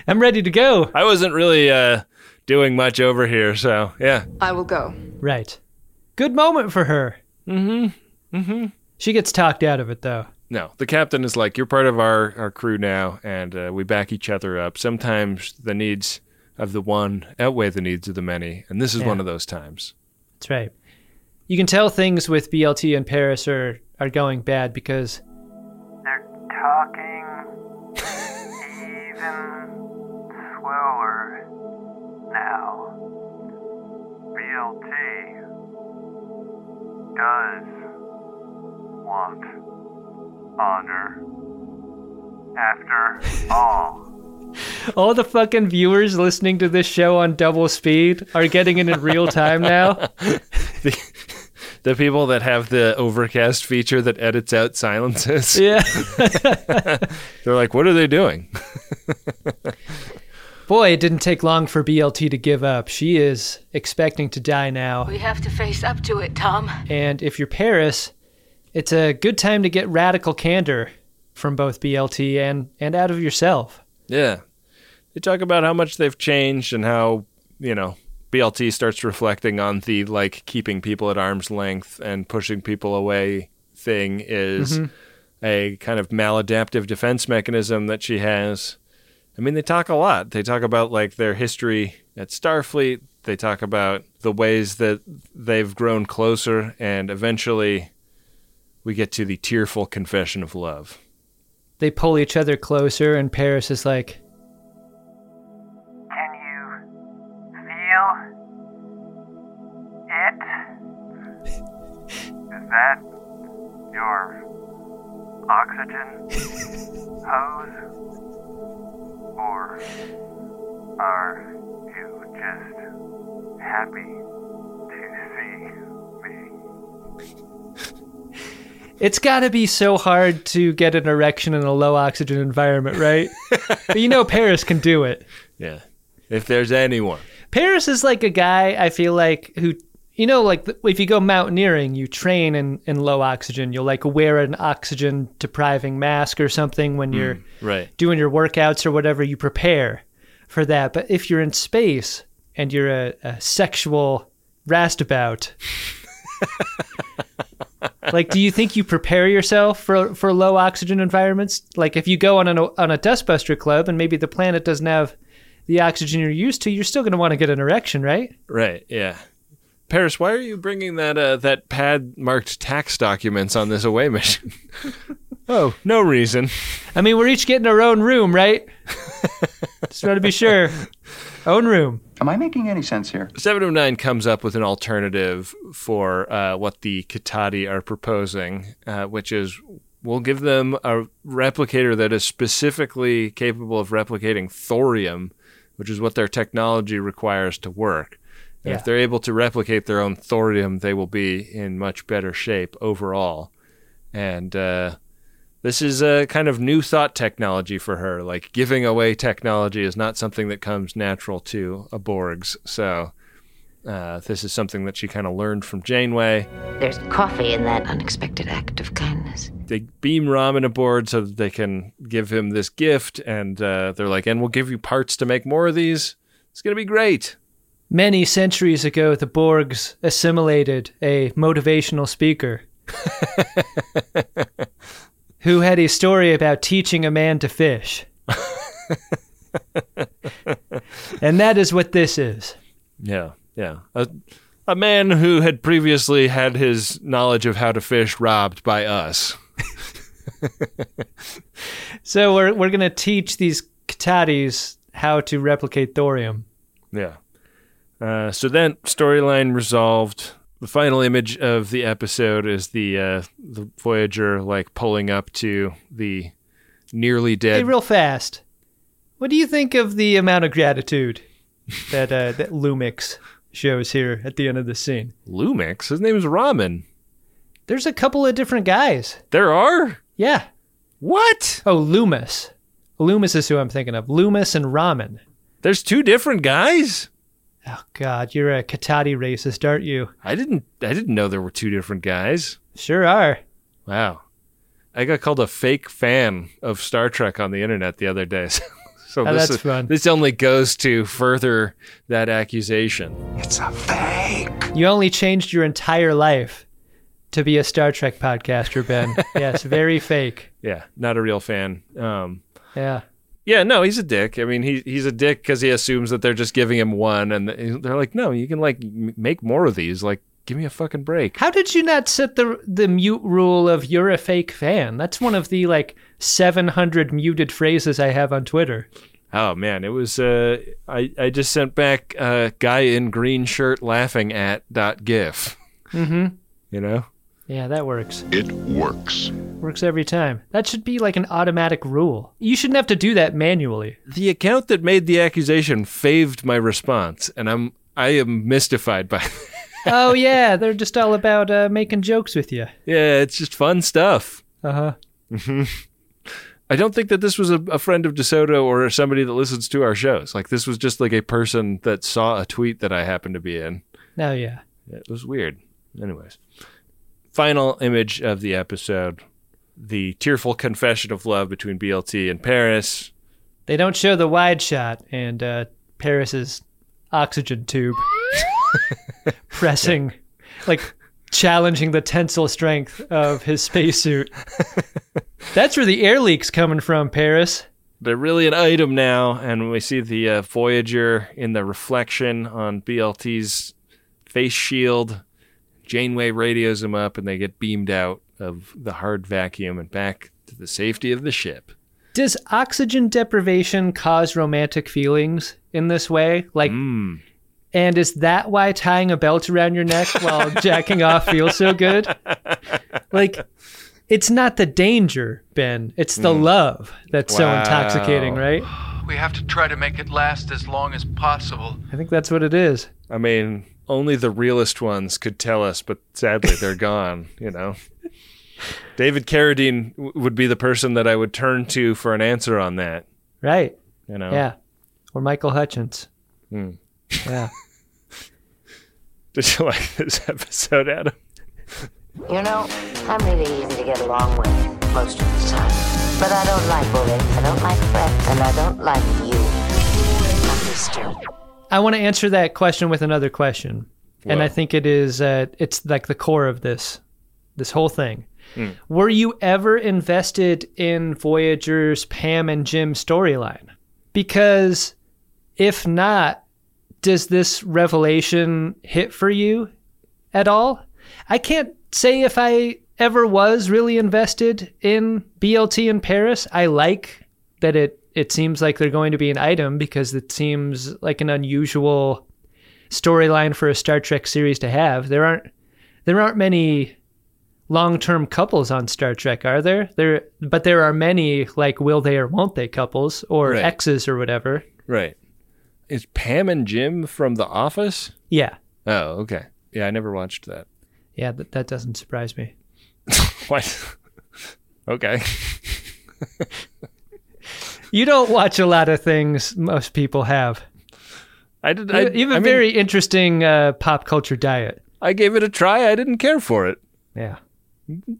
I'm ready to go. I wasn't really uh, doing much over here, so yeah, I will go. Right. Good moment for her. Mm-hmm. Mm-hmm. She gets talked out of it though. No, the captain is like, "You're part of our our crew now, and uh, we back each other up. Sometimes the needs of the one outweigh the needs of the many, and this is Yeah. one of those times." That's right. You can tell things with BLT and Paris are, are going bad because They're talking even slower now. BLT does want honor. After all, all the fucking viewers listening to this show on double speed are getting it in real time (laughs) now. the, the people that have the overcast feature that edits out silences. Yeah. They're like, what are they doing? Boy, it didn't take long for BLT to give up. She is expecting to die now. We have to face up to it, Tom. And if you're Paris, it's a good time to get radical candor from both BLT and, and out of yourself. Yeah. They talk about how much they've changed and how, you know, BLT starts reflecting on the like keeping people at arm's length and pushing people away thing is Mhm. a kind of maladaptive defense mechanism that she has. I mean, they talk a lot. They talk about like their history at Starfleet. They talk about the ways that they've grown closer and eventually we get to the tearful confession of love. They pull each other closer, and Paris is like, can you feel it? Is that your oxygen hose? Or are you just happy to see me? It's got to be so hard to get an erection in a low oxygen environment, right? but you know, Paris can do it. Yeah. If there's anyone. Paris is like a guy I feel like who, you know, like th- if you go mountaineering, you train in, in low oxygen. You'll like wear an oxygen depriving mask or something when you're Right. doing your workouts or whatever. You prepare for that. But if you're in space and you're a, a sexual rastabout, (laughs) like do you think you prepare yourself for for low oxygen environments like if you go on an, on a dustbuster club and maybe the planet doesn't have the oxygen you're used to you're still going to want to get an erection right Right. Yeah. Paris, why are you bringing that uh, that pad marked tax documents on this away mission? (laughs) oh, no reason. i mean we're each getting our own room right (laughs) just want to be sure own room Am I making any sense here? Seven of Nine comes up with an alternative for uh, what the Katati are proposing, uh, which is we'll give them a replicator that is specifically capable of replicating thorium, which is what their technology requires to work. And Yeah. If they're able to replicate their own thorium, they will be in much better shape overall. And uh, this is a kind of new thought technology for her. Like giving away technology is not something that comes natural to a Borgs. So uh, this is something that she kind of learned from Janeway. There's coffee in that unexpected act of kindness. They beam Ramen aboard so that they can give him this gift, and uh, they're like, "And we'll give you parts to make more of these. It's gonna be great." many centuries ago the borgs assimilated a motivational speaker who had a story about teaching a man to fish and that is what this is Yeah, yeah. A, a man who had previously had his knowledge of how to fish robbed by us. So we're we're gonna teach these Katatis how to replicate thorium. Yeah. Uh, so then storyline resolved. The final image of the episode is the uh, the Voyager like pulling up to the nearly dead. Hey, real fast. What do you think of the amount of gratitude that uh, that Lumix shows here at the end of the scene? Lumix. His name is Ramen. There's a couple of different guys. There are. Yeah. What? Oh, Loomis. Loomis is who I'm thinking of. Loomis and Ramen. There's two different guys. Oh God, you're a Katati racist, aren't you? I didn't. I didn't know there were two different guys. Sure are. Wow. I got called a fake fan of Star Trek on the internet the other day. (laughs) So, so Oh, this that's is- fun. this only goes to further that accusation. It's a fake. You only changed your entire life to be a Star Trek podcaster, Ben. yes, very fake. Yeah, not a real fan. Um, Yeah. yeah, no, he's a dick. I mean, he he's a dick because he assumes that they're just giving him one, and they're like, no, you can like m- make more of these. Like, give me a fucking break. How did you not set the the mute rule of you're a fake fan? That's one of the like 700 muted phrases I have on Twitter. Oh man, it was. Uh, I I just sent back uh, guy in green shirt laughing at dot gif. Mhm. You know, Yeah, that works. It works. Works every time. That should be like an automatic rule. You shouldn't have to do that manually. the account that made the accusation faved my response, and I'm I am mystified by. (laughs) oh yeah, they're just all about uh, making jokes with you. yeah, it's just fun stuff. Uh huh. Mhm. I don't think that this was a, a friend of DeSoto or somebody that listens to our shows. Like this was just like a person that saw a tweet that I happened to be in. Oh yeah. It was weird. Anyways, final image of the episode: the tearful confession of love between BLT and Paris. They don't show the wide shot and uh, Paris's oxygen tube (laughs) pressing, like challenging the tensile strength of his spacesuit. That's where the air leak's coming from, Paris. They're really an item now, and we see the uh, Voyager in the reflection on BLT's face shield. Janeway radios him up, and they get beamed out of the hard vacuum and back to the safety of the ship. Does oxygen deprivation cause romantic feelings in this way? Like, Hmm. and is that why tying a belt around your neck (laughs) while jacking off feels so good? Like, it's not the danger, Ben. It's the Mm. love that's so intoxicating, Hmm. Wow. right? We have to try to make it last as long as possible. I think that's what it is. I mean, only the realest ones could tell us, but sadly, (laughs) they're gone. You know, David Carradine w- would be the person that I would turn to for an answer on that. Right. You know, Yeah. Or Michael Hutchins. Hmm. Yeah. (laughs) Did you like this episode, Adam? You know, I'm really easy to get along with most of the time. But I don't like bullying, I don't like threat, and I don't like you. I'm Mr. I want to answer that question with another question, and Whoa. I think it is uh, it's like the core of this this whole thing. Hmm. Were you ever invested in Voyager's Pam and Jim storyline? Because if not, does this revelation hit for you at all? I can't say if I ever was really invested in BLT in Paris. I like that it it seems like they're going to be an item because it seems like an unusual storyline for a Star Trek series to have. There aren't there aren't many long-term couples on Star Trek, are there? There but there are many like will they or won't they couples or Right. exes or whatever. Right. Is Pam and Jim from The Office? Yeah. Oh, okay. Yeah, I never watched that. Yeah, that, that doesn't surprise me. what? (laughs) okay. You don't watch a lot of things most people have. I did. You, I, you have a I mean, very interesting uh, pop culture diet. I gave it a try. I didn't care for it. Yeah.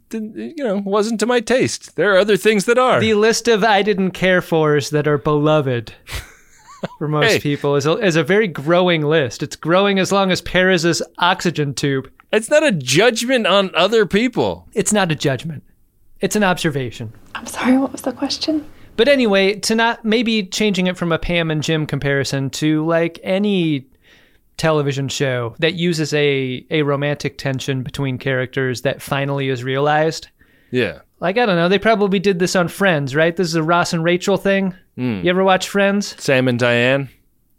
Didn't, you know, wasn't to my taste. There are other things that are. The list of I didn't care fors that are (laughs) beloved for most Hey. people is a, is a very growing list. It's growing as long as Perez's oxygen tube. It's not a judgment on other people. It's not a judgment. It's an observation. I'm sorry, what was the question? But anyway, to not maybe changing it from a Pam and Jim comparison to like any television show that uses a a romantic tension between characters that finally is realized. Yeah. Like I don't know, they probably did this on Friends, right? This is a Ross and Rachel thing. Mm. You ever watch Friends? Sam and Diane.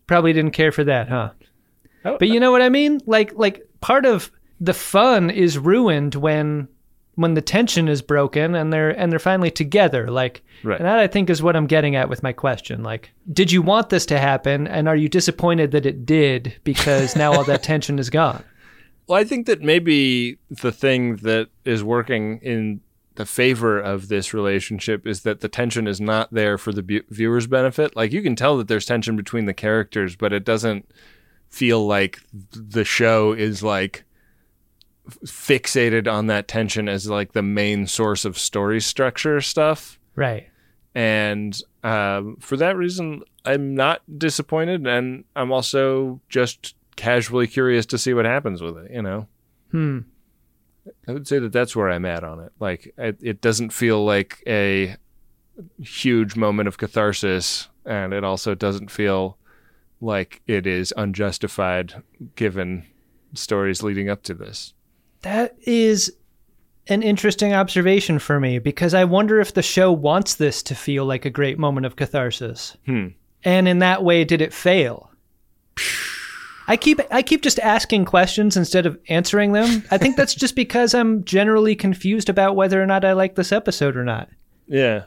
Probably didn't care for that, huh? but you know what I mean? Like like part of the fun is ruined when when the tension is broken and they're and they're finally together like Right. and that i think is what i'm getting at with my question like did you want this to happen and are you disappointed that it did because now all that tension is gone Well, I think that maybe the thing that is working in the favor of this relationship is that the tension is not there for the bu- viewer's benefit. Like you can tell that there's tension between the characters, but it doesn't feel like the show is like f- fixated on that tension as like the main source of story structure stuff right and um, for that reason, I'm not disappointed, and I'm also just casually curious to see what happens with it. You know, hmm I would say that that's where I'm at on it. Like, it, it doesn't feel like a huge moment of catharsis, and it also doesn't feel like it is unjustified given stories leading up to this. That is an interesting observation for me because I wonder if the show wants this to feel like a great moment of catharsis. Hmm. And in that way did it fail? I keep I keep just asking questions instead of answering them. I think that's just because I'm generally confused about whether or not I like this episode or not. Yeah.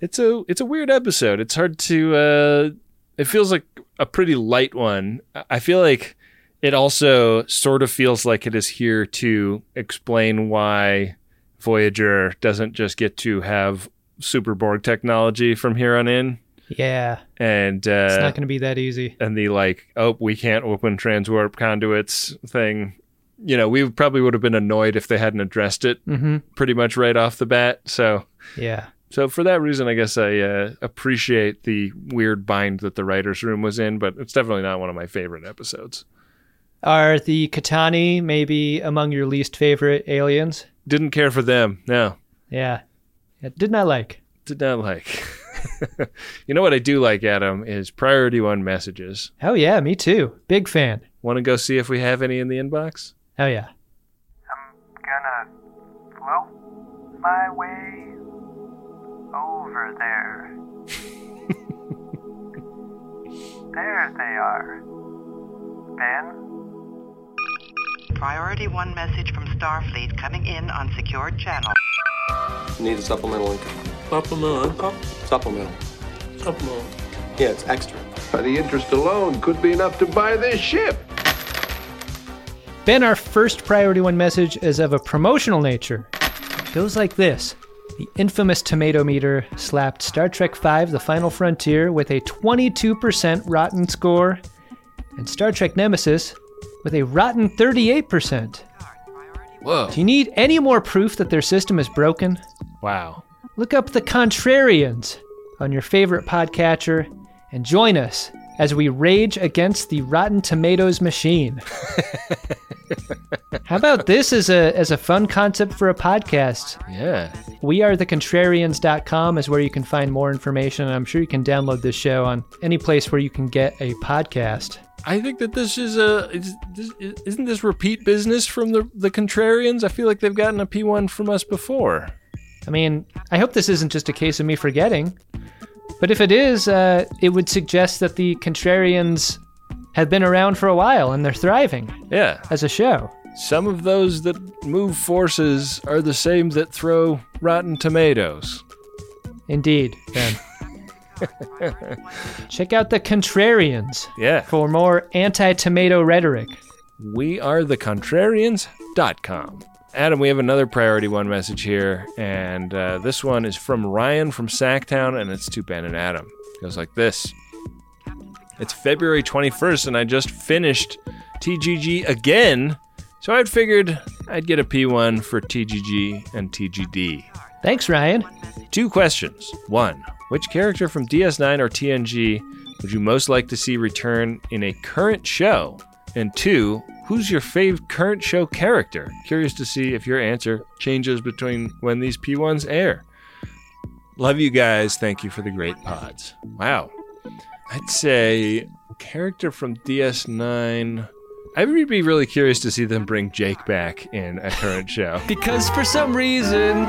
It's a it's a weird episode. It's hard to uh it feels like a pretty light one. I- I feel like it also sort of feels like it is here to explain why Voyager doesn't just get to have super Borg technology from here on in. Yeah. And uh It's not going to be that easy. and the like, oh, we can't open transwarp conduits thing. You know, we probably would have been annoyed if they hadn't addressed it Mhm. pretty much right off the bat. So Yeah. so for that reason, I guess I uh, appreciate the weird bind that the writers' room was in, but it's definitely not one of my favorite episodes. Are the Katani maybe among your least favorite aliens? Didn't care for them. No, Yeah. yeah did not like. did not like. (laughs) you know what I do like, Adam, is priority one messages. Oh yeah, me too. Big fan. Want to go see if we have any in the inbox? Oh yeah. gonna float my way over there. there they are. Ben? Priority one message from Starfleet coming in on secured channel. Need a supplemental income. Supplemental income? Supplemental. Supplemental. Yeah, it's extra. (laughs) The interest alone could be enough to buy this ship. Ben, our first priority one message is of a promotional nature. It goes like this The infamous tomato meter slapped Star Trek V The Final Frontier with a 22% rotten score, and Star Trek Nemesis with a rotten 38%. Whoa. Do you need any more proof that their system is broken? Wow. Look up The Contrarians on your favorite podcatcher and join us as we rage against the Rotten Tomatoes machine. How about this as a as a fun concept for a podcast? Yeah. We are thecontrarians.com is where you can find more information and I'm sure you can download this show on any place where you can get a podcast. I think that this is a is, this, isn't this repeat business from the the contrarians? I feel like they've gotten a P one from us before. I mean, I hope this isn't just a case of me forgetting, but if it is, uh, it would suggest that the contrarians have been around for a while and they're thriving. Yeah. As a show. Some of those that move forces are the same that throw rotten tomatoes. Indeed, Ben. Check out the contrarians. Yeah. For more anti tomato rhetoric. We are the contrarians.com. Adam, we have another priority one message here, and uh, this one is from Ryan from Sacktown, and it's to Ben and Adam. It goes like this It's February 21st, and I just finished TGG again, so I'd figured I'd get a P1 for TGG and TGD. Thanks, Ryan. Two questions. One, which character from DS9 or TNG would you most like to see return in a current show? And two, who's your fave current show character? Curious to see if your answer changes between when these P1s air. Love you guys. Thank you for the great pods. Wow. I'd say character from DS9. I would be really curious to see them bring Jake back in a current show. Because for some reason,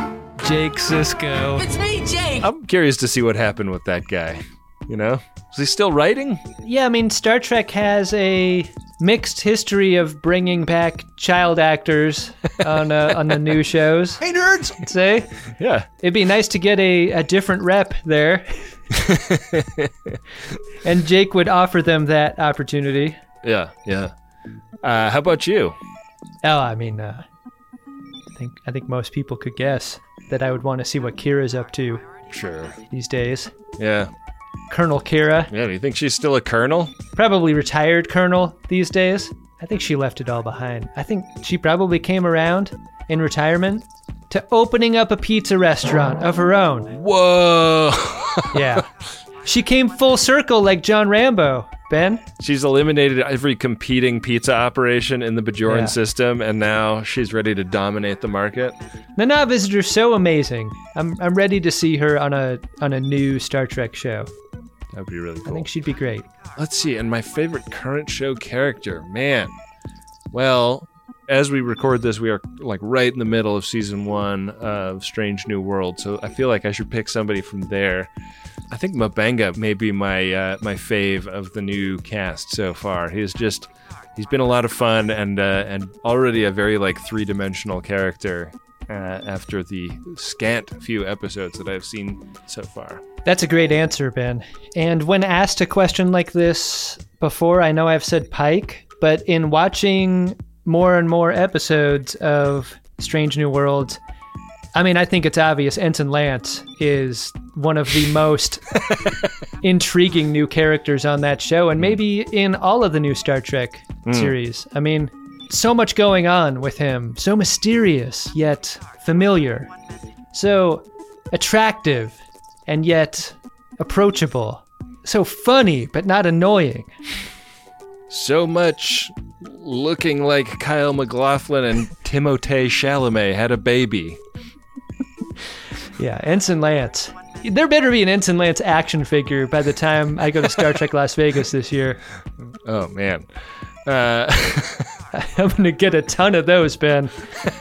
Jake Sisko. It's me, Jake. I'm curious to see what happened with that guy. You know? Is he still writing? Yeah, I mean, Star Trek has a mixed history of bringing back child actors on uh, on the (laughs) new shows. Hey nerds, I'd say yeah, it'd be nice to get a, a different rep (laughs) there. and Jake would offer them that opportunity. yeah, yeah. Uh, how about you? Oh, I mean, uh, I think I think most people could guess that I would want to see what Kira's up to Sure. these days. Yeah. Colonel Kira, Yeah. Do you think she's still a colonel? probably retired colonel these days. I think she left it all behind. I think she probably came around in retirement to opening up a pizza restaurant of her own. (laughs) Whoa. Yeah. she came full circle like John Rambo, Ben. (laughs) She's eliminated every competing pizza operation in the Bajoran Yeah. system, and now she's ready to dominate the market. The Nav Visitor's so amazing. I'm, I'm ready to see her on a on a new Star Trek show. That'd be really I cool. think she'd be great. Let's see. And my favorite current show character, man. Well, as we record this, we are like right in the middle of season one of Strange New World, so I feel like I should pick somebody from there. I think Mabanga may be my uh, my fave of the new cast so far. He's just he's been a lot of fun and uh, and already a very like three dimensional character. Uh, after the scant few episodes that I've seen so far, That's a great answer, Ben. And when asked a question like this before, I know I've said Pike, but in watching more and more episodes of Strange New Worlds, I mean, I think it's obvious Ensign Lance is one of the most intriguing new characters on that show, and maybe in all of the new Star Trek Mm. series. I mean, so much going on with him, so mysterious, yet familiar, so attractive, and yet approachable, so funny, but not annoying. so much looking like Kyle McLaughlin and Timothée Chalamet had a baby. Yeah, Ensign Lance. There better be an Ensign Lance action figure by the time I go to Star Trek Las Vegas this year. (laughs) Oh man. Uh, (laughs) I'm going to get a ton of those, Ben.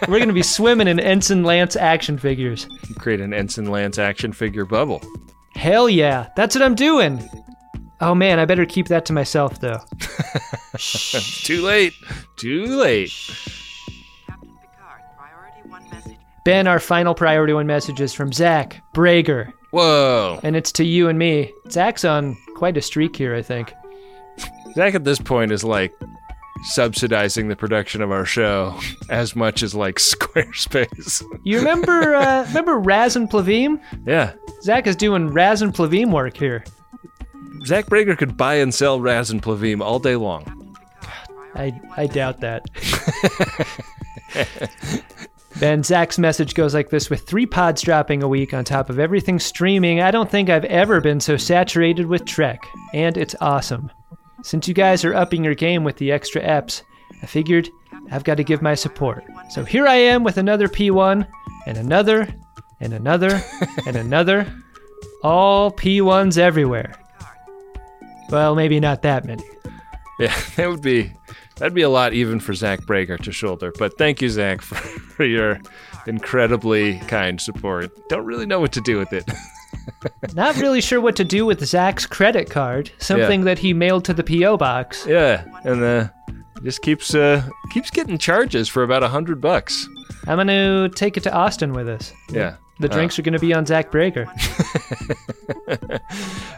We're going to be swimming in Ensign Lance action figures. Create an Ensign Lance action figure bubble. Hell yeah, that's what I'm doing. Oh man, I better keep that to myself though. Too late. Too late. Ben, our final priority one message is from Zach Brager, Whoa. and it's to you and me. Zach's on quite a streak here, I think. Zach at this point is like subsidizing the production of our show as much as like (laughs) Squarespace. You remember uh, remember Raz and Plavim? yeah. Zach is doing Raz and Plavim work here. Zach Brager could buy and sell Raz and Plavim all day long. I I doubt that. Ben, Zach's message goes like this with three pods dropping a week on top of everything streaming. I don't think I've ever been so saturated with Trek, and it's awesome. Since you guys are upping your game with the extra EPs, I figured I've got to give my support. So here I am with another P1, and another, and another, and another. All P1s everywhere. Well, maybe not that many. Yeah, (laughs) that would be that'd be a lot even for Zach Brager to shoulder. But thank you, Zach, for, (laughs) for your incredibly kind support. Don't really know what to do with it. (laughs) Not really sure what to do with Zach's credit card, something that he mailed to the P.O. box. Yeah, and uh, just keeps uh, keeps getting charges for about a hundred bucks. I'm going to take it to Austin with us. Yeah. The drinks are going to be on Zach Brager.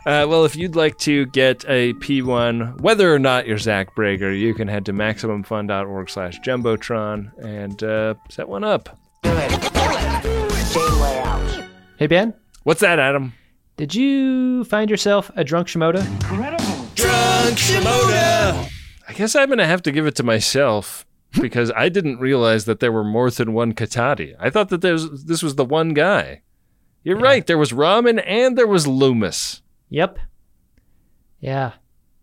Uh, well, if you'd like to get a P1, whether or not you're Zach Brager, you can head to MaximumFun.org slash Jumbotron and uh, set one up. Hey, Ben, What's that, Adam? did you find yourself a drunk Shimoda? Drunk Shimoda! I guess I'm going to have to give it to myself because I didn't realize that there were more than one Katati. I thought that there's, this was the one guy. You're right. There was Ramen and there was Loomis. Yep. Yeah,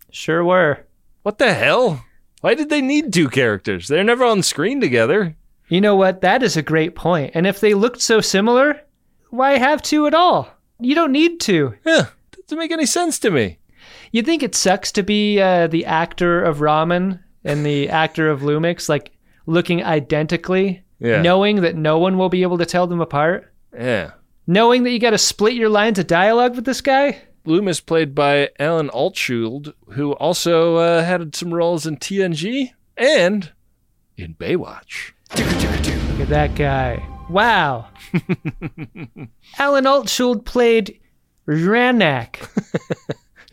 sure were. What the hell? Why did they need two characters? They're never on screen together. You know what? That is a great point. And if they looked so similar, why have two at all? You don't need to. Yeah, doesn't make any sense to me. You think it sucks to be uh, the actor of Ramen and the actor of Lumix, like looking identically, Yeah. knowing that no one will be able to tell them apart, Yeah. knowing that you got to split your lines of dialogue with this guy? Loomis, played by Alan Altschuld, who also uh, had some roles in TNG and in Baywatch. Look at that guy. Wow. Alan Altschuld played Ranak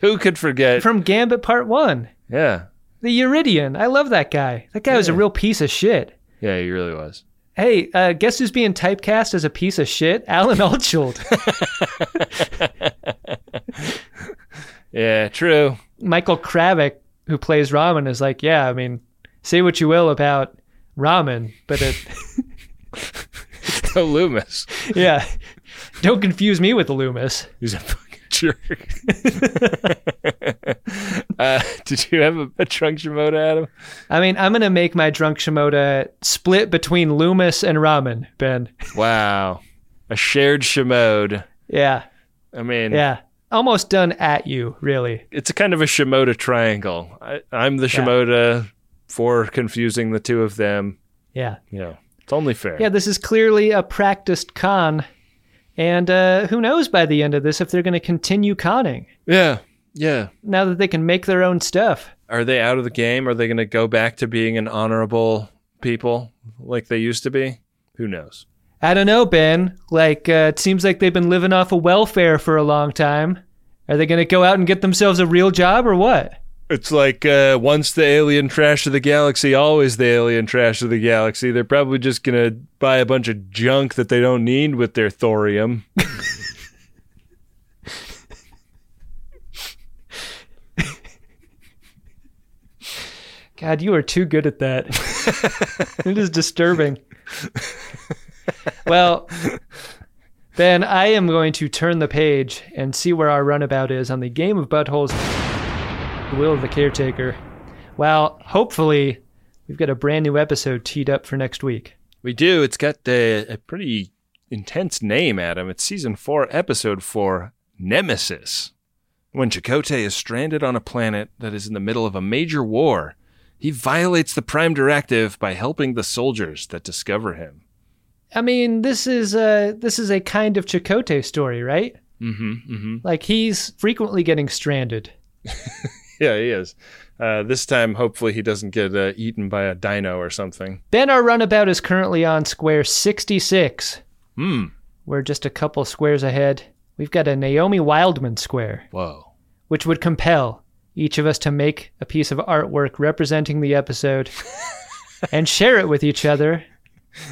Who could forget? from Gambit Part 1. yeah, The Euridian. I love that guy. That guy was a real piece of shit. yeah, he really was. Hey, uh, guess who's being typecast as a piece of shit? Alan Altschuld. Yeah, true. (laughs) Michael Kravick, who plays Ramen, is like, yeah, I mean, say what you will about Ramen, but it, (laughs) No Loomis. yeah, don't confuse me with Loomis. He's a fucking (laughs) jerk. uh, did you have a, a drunk Shimoda, Adam? I mean, I'm gonna make my drunk Shimoda split between Loomis and Ramen, Ben. Wow. A shared Shimode. Yeah, I mean, yeah, almost done at you, really. it's a kind of a Shimoda triangle. I, I'm the Yeah. Shimoda for confusing the two of them. Yeah, You know, it's only fair. yeah, this is clearly a practiced con, and uh, who knows by the end of this if they're gonna continue conning yeah. Yeah. now that they can make their own stuff. Are they out of the game? Are they going to go back to being an honorable people like they used to be? Who knows? I don't know, Ben. Like, uh, it seems like they've been living off of welfare for a long time. Are they going to go out and get themselves a real job or what? It's like uh, once the alien trash of the galaxy, always the alien trash of the galaxy. They're probably just going to buy a bunch of junk that they don't need with their thorium. God, you are too good at that. (laughs) it is disturbing. (laughs) well, Ben, I am going to turn the page and see where our runabout is on the game of buttholes. The will of the caretaker. Well, hopefully, we've got a brand new episode teed up for next week. We do. It's got the, a pretty intense name, Adam. It's season four, episode four, Nemesis. When Chakotay is stranded on a planet that is in the middle of a major war, he violates the Prime Directive by helping the soldiers that discover him. I mean, this is a this is a kind of Chakotay story, right? Mm-hmm. Mm-hmm. Like he's frequently getting stranded. Yeah, he is. Uh, this time, hopefully, he doesn't get uh, eaten by a dino or something. Ben, our runabout is currently on square 66. Hmm. We're just a couple squares ahead. We've got a Naomi Wildman square, Whoa. which would compel each of us to make a piece of artwork representing the episode and share it with each other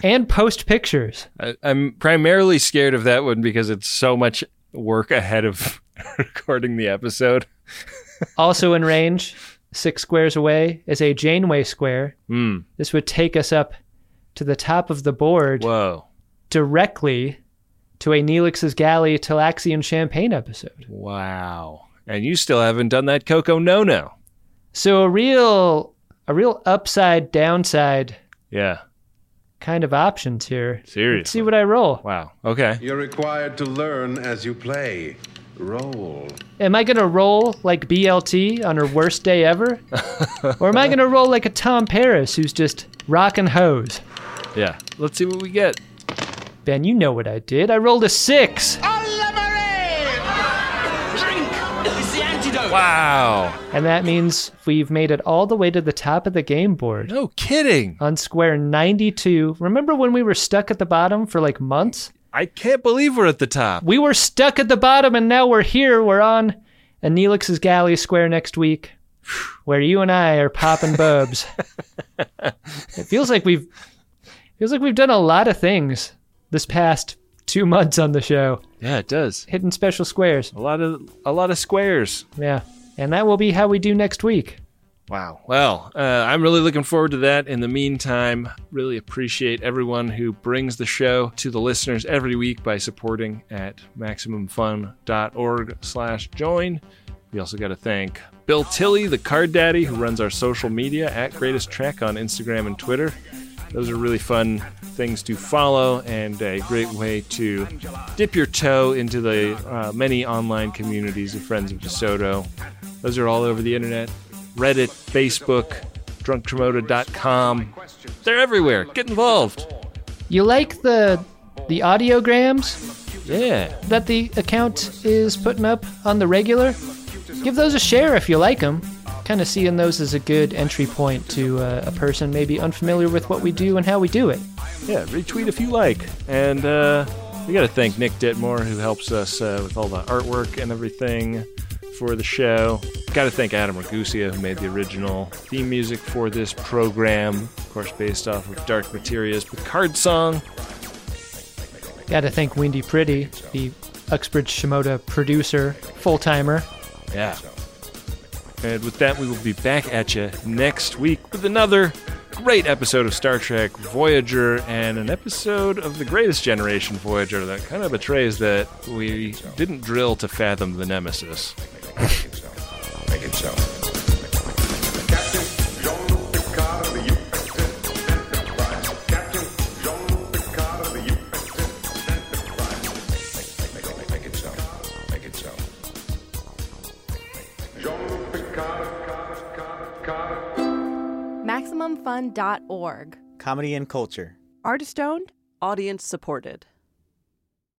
and post pictures. I, I'm primarily scared of that one because it's so much work ahead of (laughs) recording the episode. Also in range, six squares away, is a Janeway square. Hmm. This would take us up to the top of the board Whoa. directly to a Neelix's Galley Talaxian Champagne episode. Wow. And you still haven't done that Coco No No. So a real a real upside downside Yeah. kind of options here. Let's Seriously. see what I roll. Wow. Okay. You're required to learn as you play. Roll. Am I gonna roll like BLT on her worst day ever? or am I gonna roll like a Tom Paris who's just rockin' hose? Yeah. Let's see what we get. Ben, you know what I did. I rolled a six. Wow. And that means we've made it all the way to the top of the game board. No kidding. On square 92. Remember when we were stuck at the bottom for like months? I can't believe we're at the top. We were stuck at the bottom and now we're here. We're on Anelix's Galley Square next week, where you and I are popping bubs. it feels like we've feels like we've done a lot of things this past two months on the show. Yeah, it does. Hitting special squares. A lot of a lot of squares. Yeah. And that will be how we do next week. Wow. Well, uh, I'm really looking forward to that. In the meantime, really appreciate everyone who brings the show to the listeners every week by supporting at maximumfun.org slash join. We also got to thank Bill Tilley, the card daddy, who runs our social media at Greatest Trek on Instagram and Twitter. Those are really fun things to follow and a great way to dip your toe into the uh, many online communities of Friends of DeSoto. Those are all over the internet Reddit, Facebook, drunktremota.com. They're everywhere. Get involved. You like the the audiograms? Yeah. that the account is putting up on the regular. Give those a share if you like them. Kind of seeing those as a good entry point to uh, a person maybe unfamiliar with what we do and how we do it. Yeah, retweet if you like. And uh, we got to thank Nick Ditmore, who helps us uh, with all the artwork and everything for the show. Got to thank Adam Ragusia, who made the original theme music for this program, of course, based off of Dark Materia's Picard song. Got to thank Windy Pretty, the Uxbridge Shimoda producer, full timer. Yeah. And with that, we will be back at you next week with another great episode of Star Trek Voyager and an episode of The Greatest Generation Voyager that kind of betrays that we didn't drill to fathom the Nemesis. Make it so. MaximumFun.org. Comedy and culture. Artist owned, audience supported.